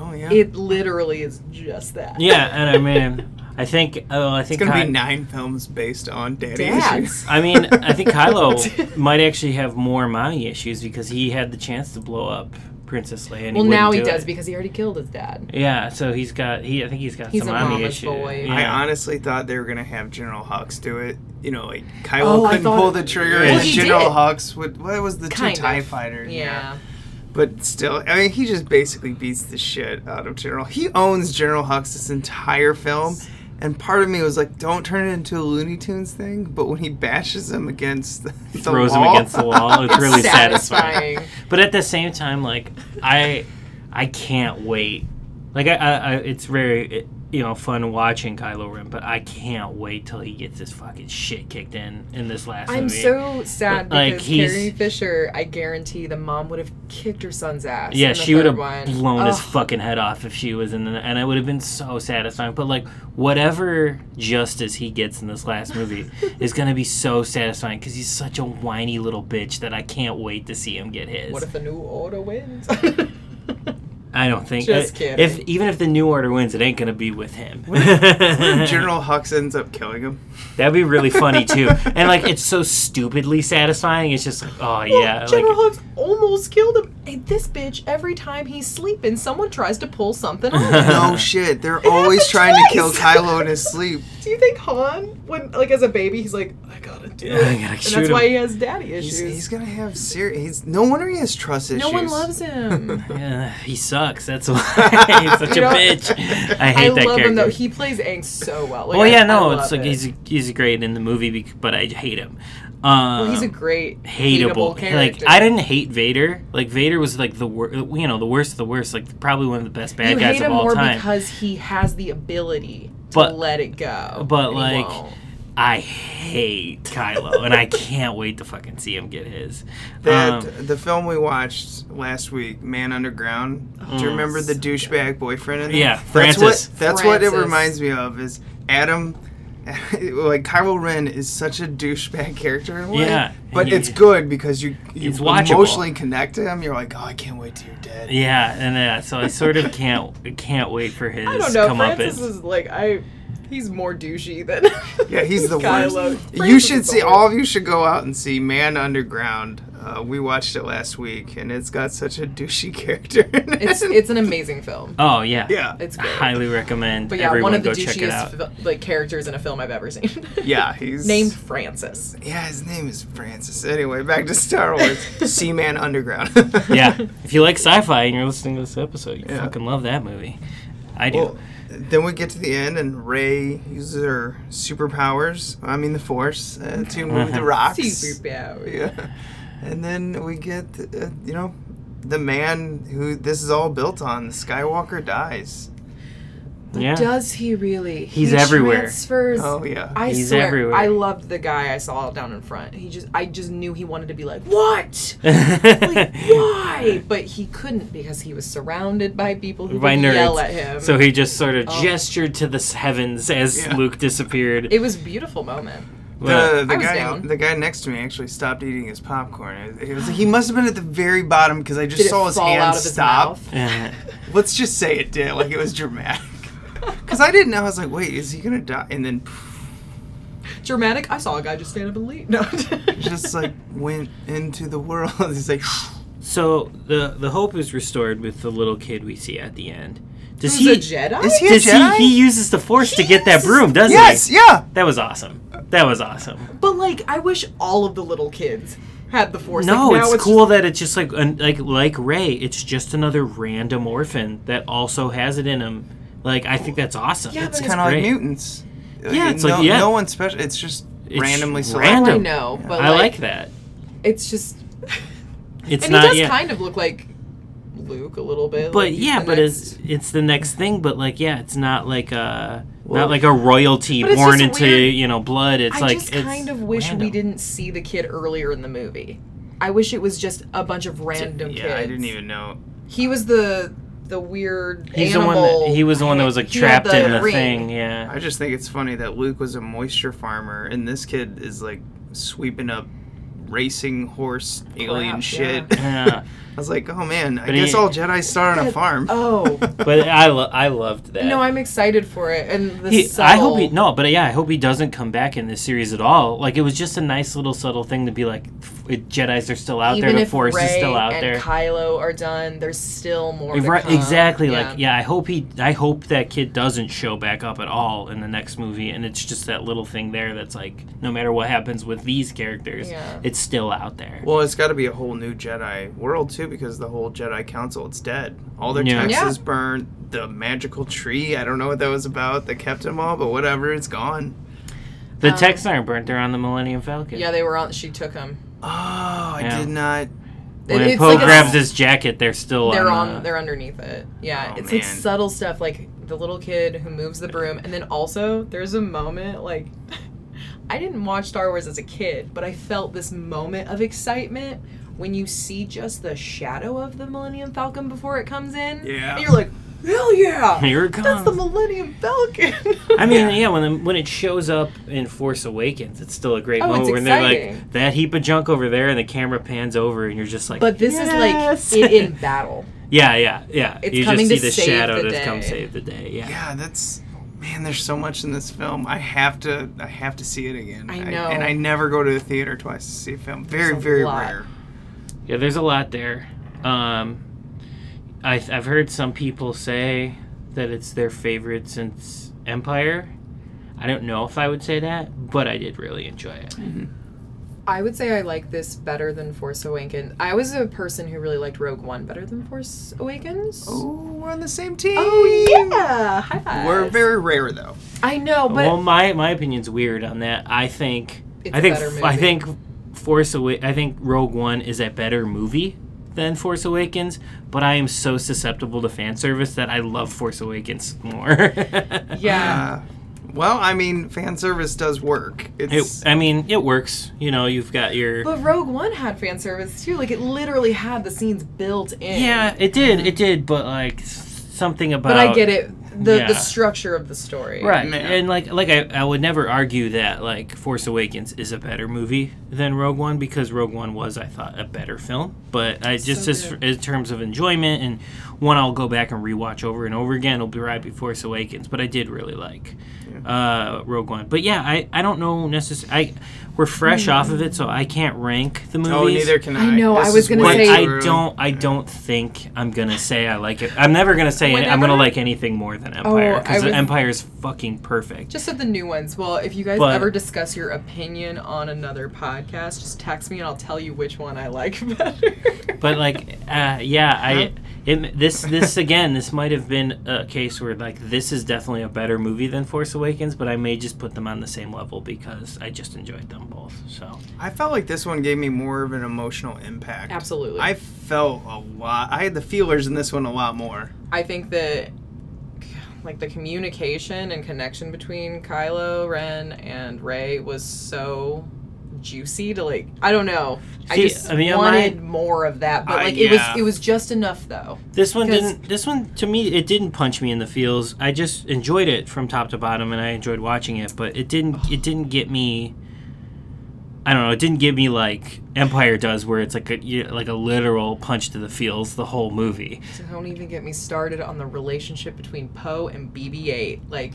B: Oh yeah,
D: It literally is just that.
C: Yeah, and I mean, I think. Oh, I
B: it's
C: think.
B: gonna
C: Ky-
B: be nine films based on daddy issues.
D: Dads.
C: I mean, I think Kylo might actually have more mommy issues because he had the chance to blow up Princess Leia. And
D: Well,
C: he wouldn't
D: now he
C: do
D: does
C: it.
D: because he already killed his dad.
C: yeah, so he's got. He, I think he's got
D: He's
C: some
D: a
C: mommy
D: mama's
C: issues.
D: boy.
C: Yeah.
B: I honestly thought they were gonna have General Hux do it. You know, like Kylo
D: Oh, I
B: couldn't
D: thought-
B: pull the trigger,
C: Well,
B: and then
D: he
B: General
D: did.
B: Hux would. What was the
D: Kind
B: two
D: of.
B: Tie fighters?
D: Yeah.
B: But still, I mean, he just basically beats the shit out of General. He owns General Hux this entire film, And part of me was like, don't turn it into a Looney Tunes thing. But when he bashes him against the, the
C: throws him
B: wall-
C: against the wall. It's really satisfying.
D: Satisfying.
C: But at the same time, like I, I can't wait. Like I, I, I it's very you know fun watching Kylo Ren, but I can't wait till he gets his fucking shit kicked in in this last
D: I'm
C: movie.
D: so sad
C: Like,
D: because
C: he's-
D: Carrie Fisher, I guarantee the mom would have kicked her son's ass.
C: yeah,
D: in the
C: she would
D: third
C: have
D: one. Oh,
C: blown his
D: Ugh.
C: fucking head off if she was in, the, and it would have been so satisfying. But like, whatever justice he gets in this last movie is gonna be so satisfying because he's such a whiny little bitch that I can't wait to see him get his.
D: What if the new order wins?
C: I don't think.
D: Just
C: uh,
D: kidding.
C: If even if the new order wins, it ain't gonna be with him.
B: General Hux ends up killing him.
C: That'd be really funny too. And like, it's so stupidly satisfying. It's just like, oh yeah,
D: General
C: like,
D: Hux almost killed him. And this bitch, every time he's sleeping, someone tries to pull something on him.
B: No shit. They're always trying to kill
D: twice.
B: Kylo in his sleep.
D: Do you think Han, when like as a baby, he's like, I gotta do it,
C: I gotta
D: and
C: shoot
D: that's
C: him.
D: why he has daddy
B: He's,
D: issues.
B: he's gonna have serious. No wonder he has trust issues.
D: no one loves him.
C: yeah, he sucks. That's why he's such
D: You
C: a
D: know,
C: bitch. I
D: I,
C: hate that
D: love
C: character.
D: him though. He plays Aang so well. Like,
C: well,
D: I-
C: yeah,
D: I
C: no,
D: love
C: it's like
D: it.
C: he's he's great in the movie, bec- but I hate him. Um,
D: Well, he's a great
C: hateable.
D: hateable,
C: Like
D: character.
C: I didn't hate Vader. Like Vader was like the worst, you know, the worst of the worst. Like probably one of the best bad
D: you
C: guys
D: hate
C: of
D: him
C: all
D: more
C: time.
D: because he has the ability to
C: But-
D: let it go.
C: but,
D: and he
C: like,
D: won't.
C: I hate Kylo, and I can't wait to fucking see him get his.
B: that.
C: Um,
B: the film we watched last week, Man Underground. do you remember the douchebag boyfriend in that?
C: Mm. Yeah, Francis.
B: That's what. That's what it
D: Francis.
B: reminds me of. Is Adam. Like Kylo Ren is such a douchebag character in a way,
C: Yeah,
B: but
C: he-
B: it's good because you you
C: It's watchable.
B: emotionally connect to him. You're like, oh, I can't wait till you're dead.
C: yeah, and uh, so I sort of can't can't wait for his
D: I don't know.
C: come
D: Francis
C: up as.
D: is like I. He's more douchey than.
B: Yeah, he's the
D: Kylo.
B: worst. You
D: Francis
B: should
D: is the
B: see.
D: worst.
B: All of you should go out and see Man Underground. Uh, we watched it last week, and it's got such a douchey character. in it.
D: It's it's an amazing film.
C: Oh yeah,
B: yeah,
D: It's
C: I
D: great.
C: highly recommend
D: But yeah,
C: everyone
D: one of the
C: go check it out.
D: douchiest fil- like characters in a film I've ever seen.
B: yeah. He's
D: Named Francis.
B: Yeah, his name is Francis. Anyway, back to Star Wars. Sea Man Underground.
C: yeah, if you like sci-fi and you're listening to this episode, you
B: Yeah.
C: fucking love that movie. I do.
B: Well, then we get to the end, and Ray uses her superpowers. I mean, the Force uh, to move the rocks.
D: Superpower.
B: Yeah. And then we get, uh, you know, the man who this is all built on, Skywalker, dies.
C: yeah.
D: Does he really?
C: He's
D: He
C: everywhere.
D: Transfers.
B: Oh, yeah.
D: I
C: He's
D: swear,
C: everywhere.
D: I loved the guy I saw down in front. He just, I just knew he wanted to be like, what? Like, why? But he couldn't because he was surrounded by people who
C: By
D: would
C: nerds.
D: yell at him. Oh.
C: So he just sort of gestured to the s- heavens as
B: Yeah.
C: Luke disappeared.
D: it was a beautiful moment.
B: The, the
D: I was
B: guy,
D: down.
B: the guy next to me actually stopped eating his popcorn. It was like, he must have been at the very bottom because I just
D: Did it
B: saw his
D: fall
B: hand
D: out of his
B: stop.
D: mouth?
C: Uh,
B: Let's just say it did. Like it was dramatic. Because I didn't know. I was like, wait, is he gonna die? And then
D: Dramatic. I saw a guy just stand up and leave. No,
B: just like went into the world. He's like,
C: so the the hope is restored with the little kid we see at the end. Does
D: he's a
C: he?
D: Jedi.
B: is he a
C: Does
B: Jedi?
C: he? He uses the Force to get that broom, doesn't
B: yes,
C: he?
B: yeah.
C: That was awesome. That was awesome.
D: But like, I wish all of the little kids had the force.
C: No,
D: like, now
C: it's,
D: it's
C: cool that it's just like an, like like Ray. It's just another random orphan that also has it in him. Like I think that's awesome.
D: Yeah,
B: It's
D: but
B: kind of like
C: great.
B: mutants.
C: Yeah, it's
B: no,
C: like- yeah.
B: no one special. It's just
C: It's
B: randomly selected.
C: random.
D: I know, but
C: I
D: like,
C: like that.
D: it's just,
C: It's
D: and
C: not
D: he does
C: yeah.
D: kind of look like Luke a little bit.
C: but
D: like, he's
C: yeah,
D: the
C: but
D: next-
C: it's it's the next thing. But like, yeah, it's not like a not like a royalty
D: But it's
C: born
D: just
C: into
D: weird-
C: you know blood. It's
D: I
C: like
D: just
C: it's
D: kind of wish
C: random.
D: we didn't see the kid earlier in the movie. I wish it was just a bunch of random kids.
B: Yeah, I didn't even know.
D: He was the the weird
C: He's the
D: animal.
C: one that he was the one that was like
D: He had
C: trapped in the
D: ring.
C: thing. Yeah,
B: I just think it's funny that Luke was a moisture farmer, and this kid is like sweeping up racing horse alien
D: yeah.
B: shit.
C: yeah.
B: I was like, oh man, I
C: But he- uh,
B: guess all Jedi start on a farm.
D: Oh
C: but I lo- I loved that.
D: no, I'm excited for it. And the
C: He- I
D: subtle-
C: hope he no, but yeah, I hope he doesn't come back in this series at all. Like it was just a nice little subtle thing to be like, f- it- Jedi's are still out
D: even
C: there, the
D: if
C: Force
D: Rey
C: is still out
D: and
C: there.
D: Kylo are done, there's still more. to
C: Right,
D: come.
C: exactly. Like, yeah, I hope he, I hope that kid doesn't show back up at all in the next movie, and it's just that little thing there that's like, no matter what happens with these characters,
D: Yeah.
C: it's still out there.
B: Well, it's got to be a whole new Jedi world too, because the whole Jedi Council it's dead. All their
C: Yeah.
B: texts
D: Yeah.
B: burned. The magical tree. I don't know what that was about that kept them all, but whatever. It's gone.
C: The texts aren't burnt. They're on the Millennium Falcon.
D: Um, Yeah, they were on. She took them.
B: Oh, I
C: Yeah.
B: did not.
C: When
D: it's
C: Poe
D: like a-
C: grabs his jacket, they're still
D: They're
C: on.
D: on.
C: the,
D: They're underneath it. Yeah,
B: Oh,
D: it's like
B: man.
D: subtle stuff, like the little kid who moves the broom, and then also there's a moment like. I didn't watch Star Wars as a kid, but I felt this moment of excitement when you see just the shadow of the Millennium Falcon before it comes in.
B: Yeah.
D: And you're like, hell yeah!
C: Here it
D: That's the
C: comes.
D: Millennium Falcon.
C: I mean, yeah, when the, when it shows up in Force Awakens, it's still a great
D: Oh, it's
C: moment when they're
D: exciting.
C: like that heap of junk over there, and the camera pans over, and you're just like,
D: But this
C: "Yes."
D: is like it in battle.
C: yeah, yeah, yeah.
D: It's
C: you
D: coming
C: just see
D: to
C: the
D: save
C: shadow
D: the
C: that's come
D: day.
C: save the day. Yeah.
B: Yeah, that's. Man, there's so much in this film. I have to. I have to see it again.
D: I know.
B: and I never go to the theater twice to see a film. Very,
D: There's a
B: very
D: lot.
B: rare.
C: Yeah, there's a lot there. Um, I, I've heard some people say that it's their favorite since Empire. I don't know if I would say that, but I did really enjoy it.
D: I would say I like this better than Force Awakens. I was a person who really liked Rogue One better than Force Awakens.
B: Oh, we're on the same team.
D: Oh, yeah, high five.
B: We're very rare though.
D: I know, but
C: well, my my opinion's weird on that. I think
D: It's
C: I think
D: a better
C: I
D: movie.
C: think Force Awak I think Rogue One is a better movie than Force Awakens, but I am so susceptible to fan service that I love Force Awakens more.
D: yeah,
B: Uh, well, I mean, fan service does work. It's
C: It, I mean, it works. You know, you've got your
D: but Rogue One had fan service too. Like it literally had the scenes built in.
C: Yeah, it did. It did, but like s- something about.
D: but I get it. The
C: yeah.
D: the structure of the story.
C: Right,
B: Yeah.
C: and like like I, I would never argue that like Force Awakens is a better movie than Rogue One because Rogue One was I thought a better film, but I just
D: so
C: as
D: good.
C: in terms of enjoyment and one I'll go back and rewatch over and over again. It'll be right before Force Awakens, but I did really like uh, Rogue One. But yeah, I, I don't know necessarily. I we're fresh
D: Hmm.
C: off of it, so I can't rank the movies.
B: oh, neither can I.
D: I know, I
B: This
D: was
B: is
D: gonna
B: way
C: But
D: say-
B: too
C: I
B: early.
C: don't. I don't think I'm gonna say I like it. I'm never gonna say it. I'm gonna
D: Whenever-
C: like anything more than Empire
D: Oh, I
C: because
D: was-
C: Empire's fucking perfect.
D: Just of the new ones. Well, if you guys
C: But-
D: ever discuss your opinion on another podcast, just text me and I'll tell you which one I like better.
C: But like, uh, yeah, I. It, this this again. This might have been a case where like this is definitely a better movie than Force Awakens, but I may just put them on the same level because I just enjoyed them both. So
B: I felt like this one gave me more of an emotional impact.
D: Absolutely.
B: I felt a lot. I had the feelers in this one a lot more.
D: I think that like the communication and connection between Kylo Ren and Rey was so juicy to like I don't know. I
C: See,
D: just
C: I mean, on
D: wanted
C: my-
D: more of that, but
B: Uh,
D: like
B: yeah.
D: it was it was just enough though.
C: this one
D: Because-
C: didn't. This one to me, it didn't punch me in the feels. I just enjoyed it from top to bottom, and I enjoyed watching it. But it didn't. It didn't get me. I don't know. It didn't give me like Empire does, where it's like a you- like a literal punch to the feels the whole movie.
D: So don't even get me started on the relationship between Poe and BB-8. Like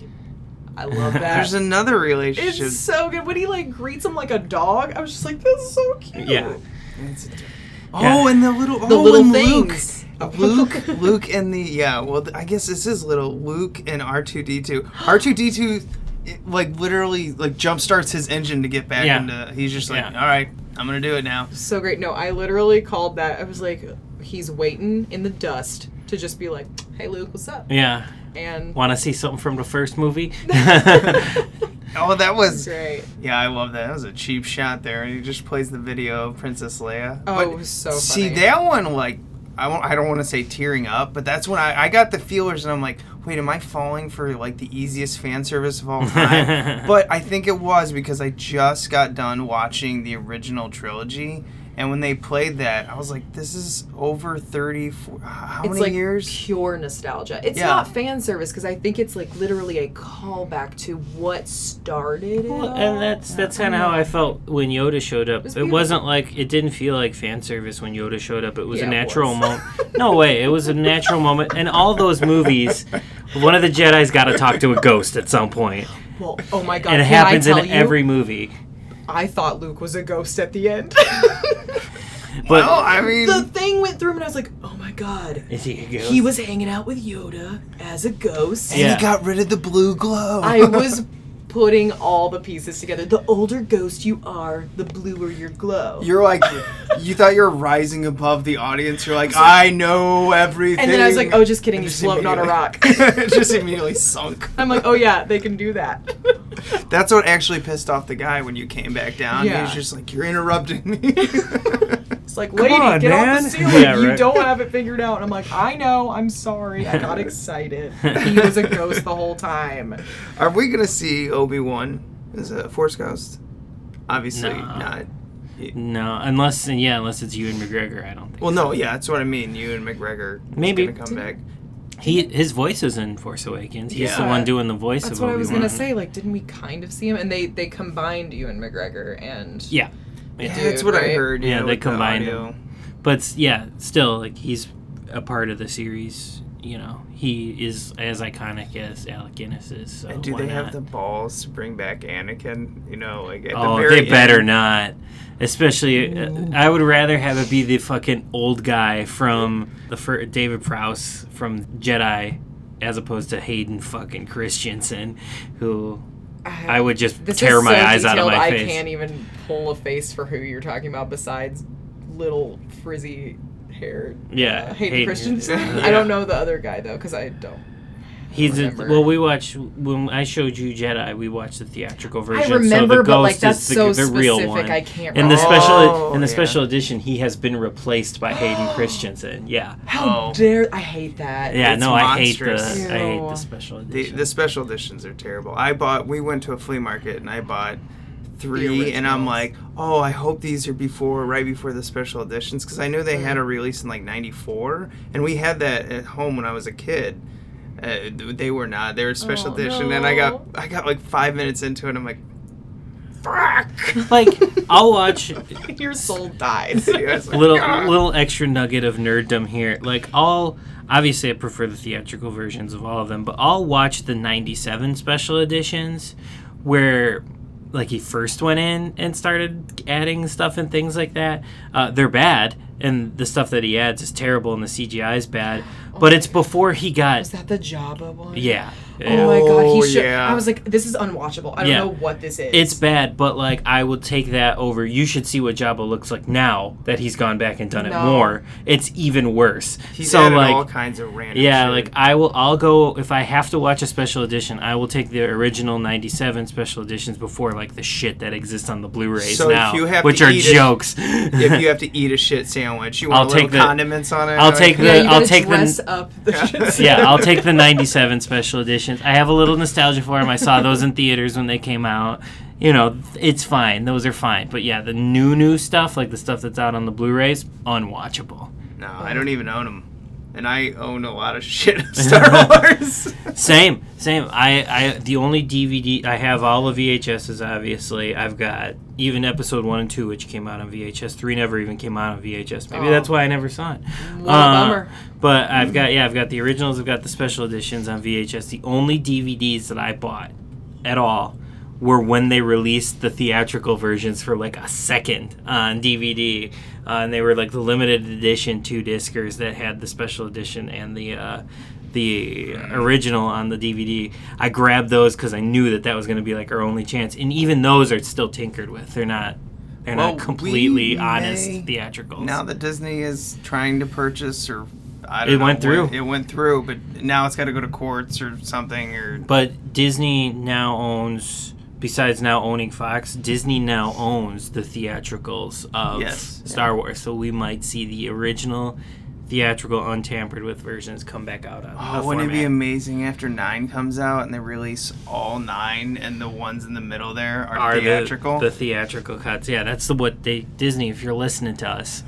D: I love that.
B: There's another relationship.
D: it's so good when he like greets him like a dog. I was just like, this is so cute.
C: Yeah.
B: It's a- oh, and the little
D: The
B: oh,
D: little
B: and Luke.
D: things.
B: Luke, Luke, and the yeah. Well, th- I guess this is little Luke and R two D two. R two D two, like literally, like jump starts his engine to get back
C: Yeah.
B: into. He's just like,
C: Yeah.
B: all right, I'm gonna do it now.
D: so great. No, I literally called that. I was like, he's waiting in the dust to just be like, hey, Luke, what's up?
C: Yeah.
D: And
C: Want to see something from the first movie?
B: Oh, that was
D: great.
B: yeah. I love that. That was a cheap shot there. He just plays the video of Princess Leia.
D: Oh,
B: But
D: it was so funny.
B: See that one like I won't, I don't want to say tearing up, but that's when I, I got the feelers and I'm like, wait, am I falling for like the easiest fan service of all time? but I think it was because I just got done watching the original trilogy. And when they played that, I was like, this is over 30, fo- how
D: It's
B: many
D: like
B: years?
D: pure nostalgia. It's
B: Yeah.
D: not fan service because I think it's like literally a callback to what started it.
C: Well,
D: all.
C: and that's that's kind of how I felt when Yoda showed up.
D: was
C: It, was not like it didn't feel like fan service when Yoda showed up. It was
D: Yeah,
C: a
D: it
C: natural
D: was.
C: moment. no way, it was a natural moment. And all those movies, one of the Jedi's got to talk to a ghost at some point,
D: well, oh my god!
C: and it
D: can I
C: happens in
D: tell you?
C: every movie.
D: I thought Luke was a ghost at the end.
C: But
B: well,
D: Oh,
B: I mean,
D: the thing went through him, and I was like, oh my god.
C: is he a ghost?
D: He was hanging out with Yoda as a ghost.
C: Yeah.
B: he got rid of the blue glow.
D: I was putting all the pieces together. The older ghost you are, the bluer your glow.
B: You're like, you thought you're rising above the audience. You're like, I know everything.
D: and then I was like, oh, just kidding,
B: And
D: he's
B: just
D: floating on a rock.
B: immediately- just immediately sunk.
D: I'm like, oh yeah, they can do that.
B: That's what actually pissed off the guy when you came back down. He
D: Yeah.
B: was just like, you're interrupting me.
D: It's like, lady,
C: on,
D: get off
C: man.
D: the ceiling.
C: Yeah,
D: You
C: right.
D: don't have it figured out. I'm like, I know. I'm sorry. I got excited. He was a ghost the whole time.
B: Are we gonna see Obi Wan as a Force Ghost? Obviously
C: No.
B: not.
C: No, unless yeah, unless it's you and McGregor, I don't think.
B: Well, no, yeah, that's what I mean. You and McGregor is
C: Maybe.
B: gonna come back.
C: he his voice is in Force Awakens. He's the
D: Yeah.
C: one doing the voice
D: That's
C: of
D: what I
C: Obi
D: was gonna say. Like, didn't we kind of see him? And they they combined you and McGregor and
C: Yeah,
D: Dude,
B: that's what I
D: right?
B: heard.
C: Yeah,
B: yeah
C: they
B: with the
C: combined
B: audio.
C: but s- yeah, still like he's a part of the series. You know, he is as iconic as Alec Guinness is. So
B: And do
C: why
B: they
C: not?
B: have the balls to bring back Anakin? You know, like at
C: Oh,
B: the very
C: they better
B: end.
C: not. Especially, uh, I would rather have it be the fucking old guy from the fir- David Prowse from Jedi, as opposed to Hayden fucking Christensen, who I would just
D: This
C: tear
D: is
C: my
D: so
C: eyes out of
D: detailed,
C: my
D: I
C: face.
D: can't even pull a face for who you're talking about besides little frizzy haired
C: Yeah,
D: uh, Hayden
C: Hayden.
D: Christensen.
C: Yeah.
D: I don't know the other guy though because I don't.
C: He's a,
D: remember.
C: well. We watch when I showed you Jedi. We watched the theatrical version. so
D: remember,
C: the
D: but, like,
C: ghost
D: that's
C: is the,
D: so
C: the real
D: specific,
C: one.
D: I can't
C: in the
D: remember.
C: special
B: Oh,
C: in the
B: yeah.
C: special edition, he has been replaced by Hayden Christensen. Yeah,
D: How
B: Oh.
D: dare I hate that.
C: yeah.
B: It's
C: no, I
B: monstrous.
C: hate the I hate the
D: Ew.
C: special
B: The,
C: edition.
B: the special editions are terrible. I bought. We went to a flea market and I bought three, and I'm like, oh, I hope these are before, right before the special editions, because I knew they had a release in like '94, and we had that at home when I was a kid. Uh, they were not. They were special
D: Oh,
B: edition, and I got
D: no.
B: I got like five minutes into it. and I'm like, fuck.
C: like I'll watch
D: Your soul dies.
B: Yeah, it's like,
C: little little extra nugget of nerddom here. Like I'll obviously I prefer the theatrical versions of all of them, but I'll watch the '97 special editions where like he first went in and started adding stuff and things like that. Uh, they're bad, and the stuff that he adds is terrible, and the CGI is bad. But it's before he got
D: Is that the Jabba one?
C: yeah.
D: Oh my god,
B: Oh,
D: he should.
B: yeah.
D: I was like, this is unwatchable. I don't
C: Yeah.
D: know what this is.
C: It's bad, but like I will take that over. You should see what Jabba looks like now that he's gone back and done it
D: No.
C: more. It's even worse.
B: He's
C: so
B: added
C: like
B: all kinds of random.
C: yeah,
B: shit.
C: like I will I'll go if I have to watch a special edition, I will take the original 97 special editions before like the shit that exists on the Blu-rays
B: So if
C: now,
B: you have
C: which
B: to
C: are
B: eat it-
C: jokes.
B: if you have to eat a shit sandwich, you want
C: I'll
B: little
C: take the-
B: condiments on it.
C: I'll take the
D: yeah, you
C: I'll
D: gotta
C: take
D: dress
C: the
D: up the
C: yeah, I'll take the 97 special editions. I have a little nostalgia for them. I saw those in theaters when they came out. You know, it's fine. Those are fine. But yeah, the new new stuff, like the stuff that's out on the Blu-rays, unwatchable.
B: No, I don't even own them. And I own a lot of shit of Star Wars.
C: Same, same. I, I the only DVD I have all the VHSs. Obviously, I've got even episode one and two, which came out on VHS. Three never even came out on VHS. Maybe that's why I never saw it. Uh,
D: a bummer.
C: But I've got yeah, I've got the originals. I've got the special editions on VHS. The only DVDs that I bought at all were when they released the theatrical versions for like a second on DVD. Uh, and they were like the limited edition two discers that had the special edition and the uh, the original on the DVD. I grabbed those because I knew that that was going to be like our only chance. And even those are still tinkered with. They're not they're
B: Well,
C: not
B: we
C: completely honest
B: may-
C: theatricals.
B: now that Disney is trying to purchase, or I don't
C: It
B: know
C: went through.
B: what- It went through, but now it's got to go to courts or something. Or
C: But Disney now owns, besides now owning Fox, Disney now owns the theatricals of
B: Yes.
C: Star Wars. So we might see the original theatrical untampered with versions come back out on
B: oh,
C: a
B: wouldn't it be
C: format.
B: amazing after nine comes out and they release all nine, and the ones in the middle there are,
C: Are the-
B: theatrical?
C: The, theatrical cuts. Yeah, that's the what they Disney, if you're listening to us,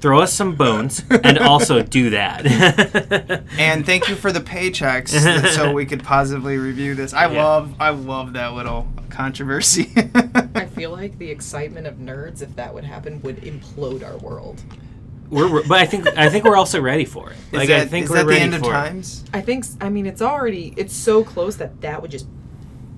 C: throw us some bones and also do that.
B: and thank you for the paychecks, that- so we could positively review this. I
C: Yeah.
B: love, I love that little controversy.
D: I feel like the excitement of nerds, if that would happen, would implode our world.
C: we're, we're- but I think I think we're also ready for it.
B: Is
C: Like
B: that,
C: I think
B: is
C: we're
B: that
C: ready
B: the end
C: for
B: of
C: it.
B: times?
D: I think, s- I mean, it's already, it's so close that that would just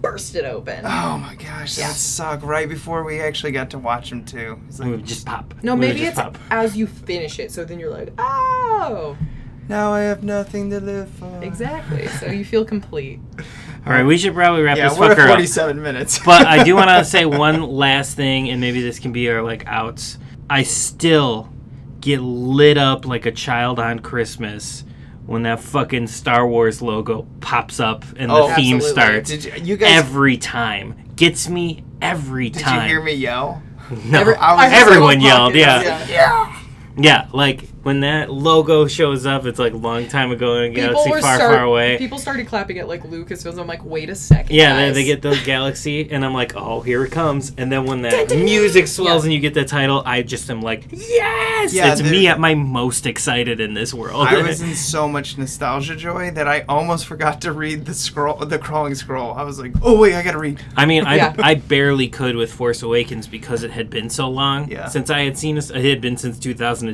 D: burst it open.
C: Ah,
B: Oh my gosh, that
D: Yeah.
B: would suck! Right before we actually got to watch him too. It's
C: We
B: like,
C: would just pop.
D: No,
C: We would
D: maybe
C: just
D: it's
C: pop.
D: as you finish it, so then you're like, oh,
C: Mm.
B: now I have nothing to live for.
D: exactly. So you feel complete.
B: All
C: All right, we should probably wrap
B: Yeah,
C: this
B: we're at
C: fucker up.
B: 47 minutes.
C: but I do want to say one last thing, and maybe this can be our like outs. I still get lit up like a child on Christmas when that fucking Star Wars logo pops up and the
B: Oh,
C: theme
D: absolutely.
C: starts
B: Did you, you guys?
C: every time. Gets me every
B: did you
C: time.
B: hear me yell?
C: No.
B: Every- I was-
C: Everyone yelled, yeah.
B: Yeah.
C: Yeah, like when that logo shows up, it's like a long time ago in a galaxy far,
D: start-
C: far away.
D: People started clapping at like Lucasfilms. I'm like, wait a second.
C: Yeah, they,
D: guys.
C: they get those galaxy, and I'm like, oh, here it comes. And then when that music swells
D: Yeah.
C: and you get the title, I just am like, yes!
B: Yeah,
C: it's
B: they're-
C: me at my most excited in this world.
B: I was in so much nostalgia joy that I almost forgot to read the scroll, the crawling scroll. I was like, oh wait, I gotta read.
C: I mean, I,
D: Yeah.
C: I barely could with Force Awakens because it had been so long
B: Yeah.
C: since I had seen this. It had been since 2002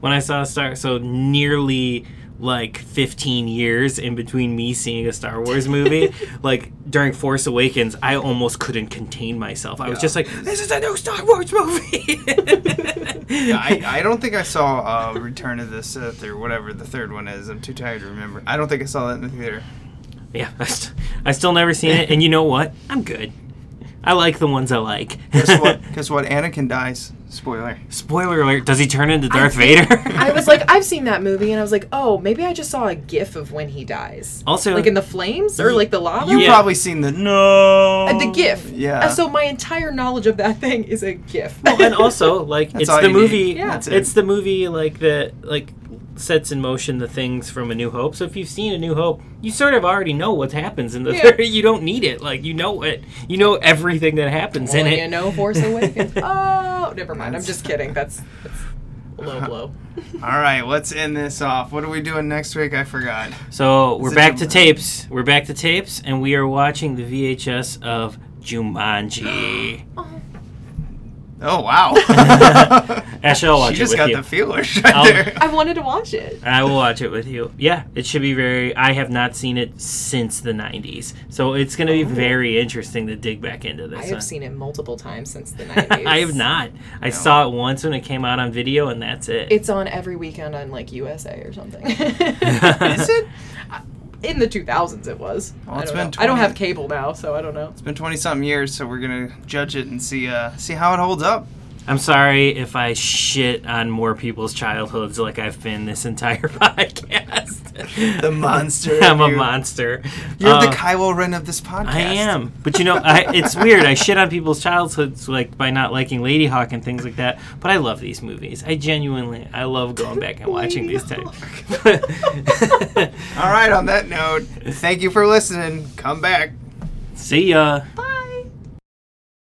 C: when I saw Star. So nearly like 15 years in between me seeing a Star Wars movie. like during Force Awakens, I almost couldn't contain myself. I was just like, "This is a new Star Wars movie."
B: Yeah, I, I don't think I saw uh, Return of the Sith or whatever the third one is. I'm too tired to remember. I don't think I saw that in the theater.
C: yeah, I, st- I still never seen it, and you know what? I'm good. I like the ones I like.
B: Guess what? Guess what? Anakin dies. Spoiler.
C: Spoiler alert: Does he turn into Darth Vader?
D: I was like, I've seen that movie, and I was like, oh, maybe I just saw a GIF of when he dies.
C: Also-
D: like in the flames or like the lava.
B: You
C: Oh, Yeah.
B: probably seen the no.
D: Uh, the GIF.
B: Yeah.
D: Uh, so my entire knowledge of that thing is a GIF.
C: Well, and also like it's
B: all
C: the
B: you need.
C: movie.
D: Yeah.
B: That's it.
C: it's the movie like that like sets in motion the things from A New Hope. So if you've seen A New Hope, you sort of already know what happens in the
D: Yeah.
C: third. You don't need it. Like you know it. You know everything that happens in
D: Well,
C: it.
D: you know, Force Awakens. oh, never mind. I'm just kidding. That's, that's a
B: Uh-huh.
D: low blow.
B: All right, let's end this off. What are we doing next week? I forgot.
C: So we're
B: It's a
C: back to
B: Jumanji.
C: tapes. We're back to tapes, and we are watching the VHS of Jumanji.
B: Oh wow.
C: Ash, I'll
B: she
C: watch it
B: just
C: with
B: got
C: you.
B: the feelers right
C: I'll-
B: there.
D: I wanted to watch it.
C: I will watch it with you. Yeah, it should be very. I have not seen it since the '90s, so it's going to be very interesting to dig back into this.
D: Oh. I
C: one.
D: have seen it multiple times since the 90s.
C: I have not. I saw it once when it came out on video, and that's it.
D: It's on every weekend on like USA or something.
C: Is
D: it? In the 2000s, it was.
B: Well,
D: I
B: it's been
D: don't know. I don't
B: 20
D: have cable now, so I don't know.
B: It's been twenty something years, so we're gonna judge it and see uh see how it holds up.
C: I'm sorry if I shit on more people's childhoods like I've been this entire podcast.
B: The monster. in
C: I'm a
B: you.
C: monster.
B: You're
C: Uh,
B: the Kylo Ren of this podcast.
C: I am, but you know, I, it's weird. I shit on people's childhoods like by not liking Lady Hawk and things like that. But I love these movies. I genuinely, I love going back and watching these types.
B: All right. On that note, thank you for listening. Come back.
C: See ya. Bye.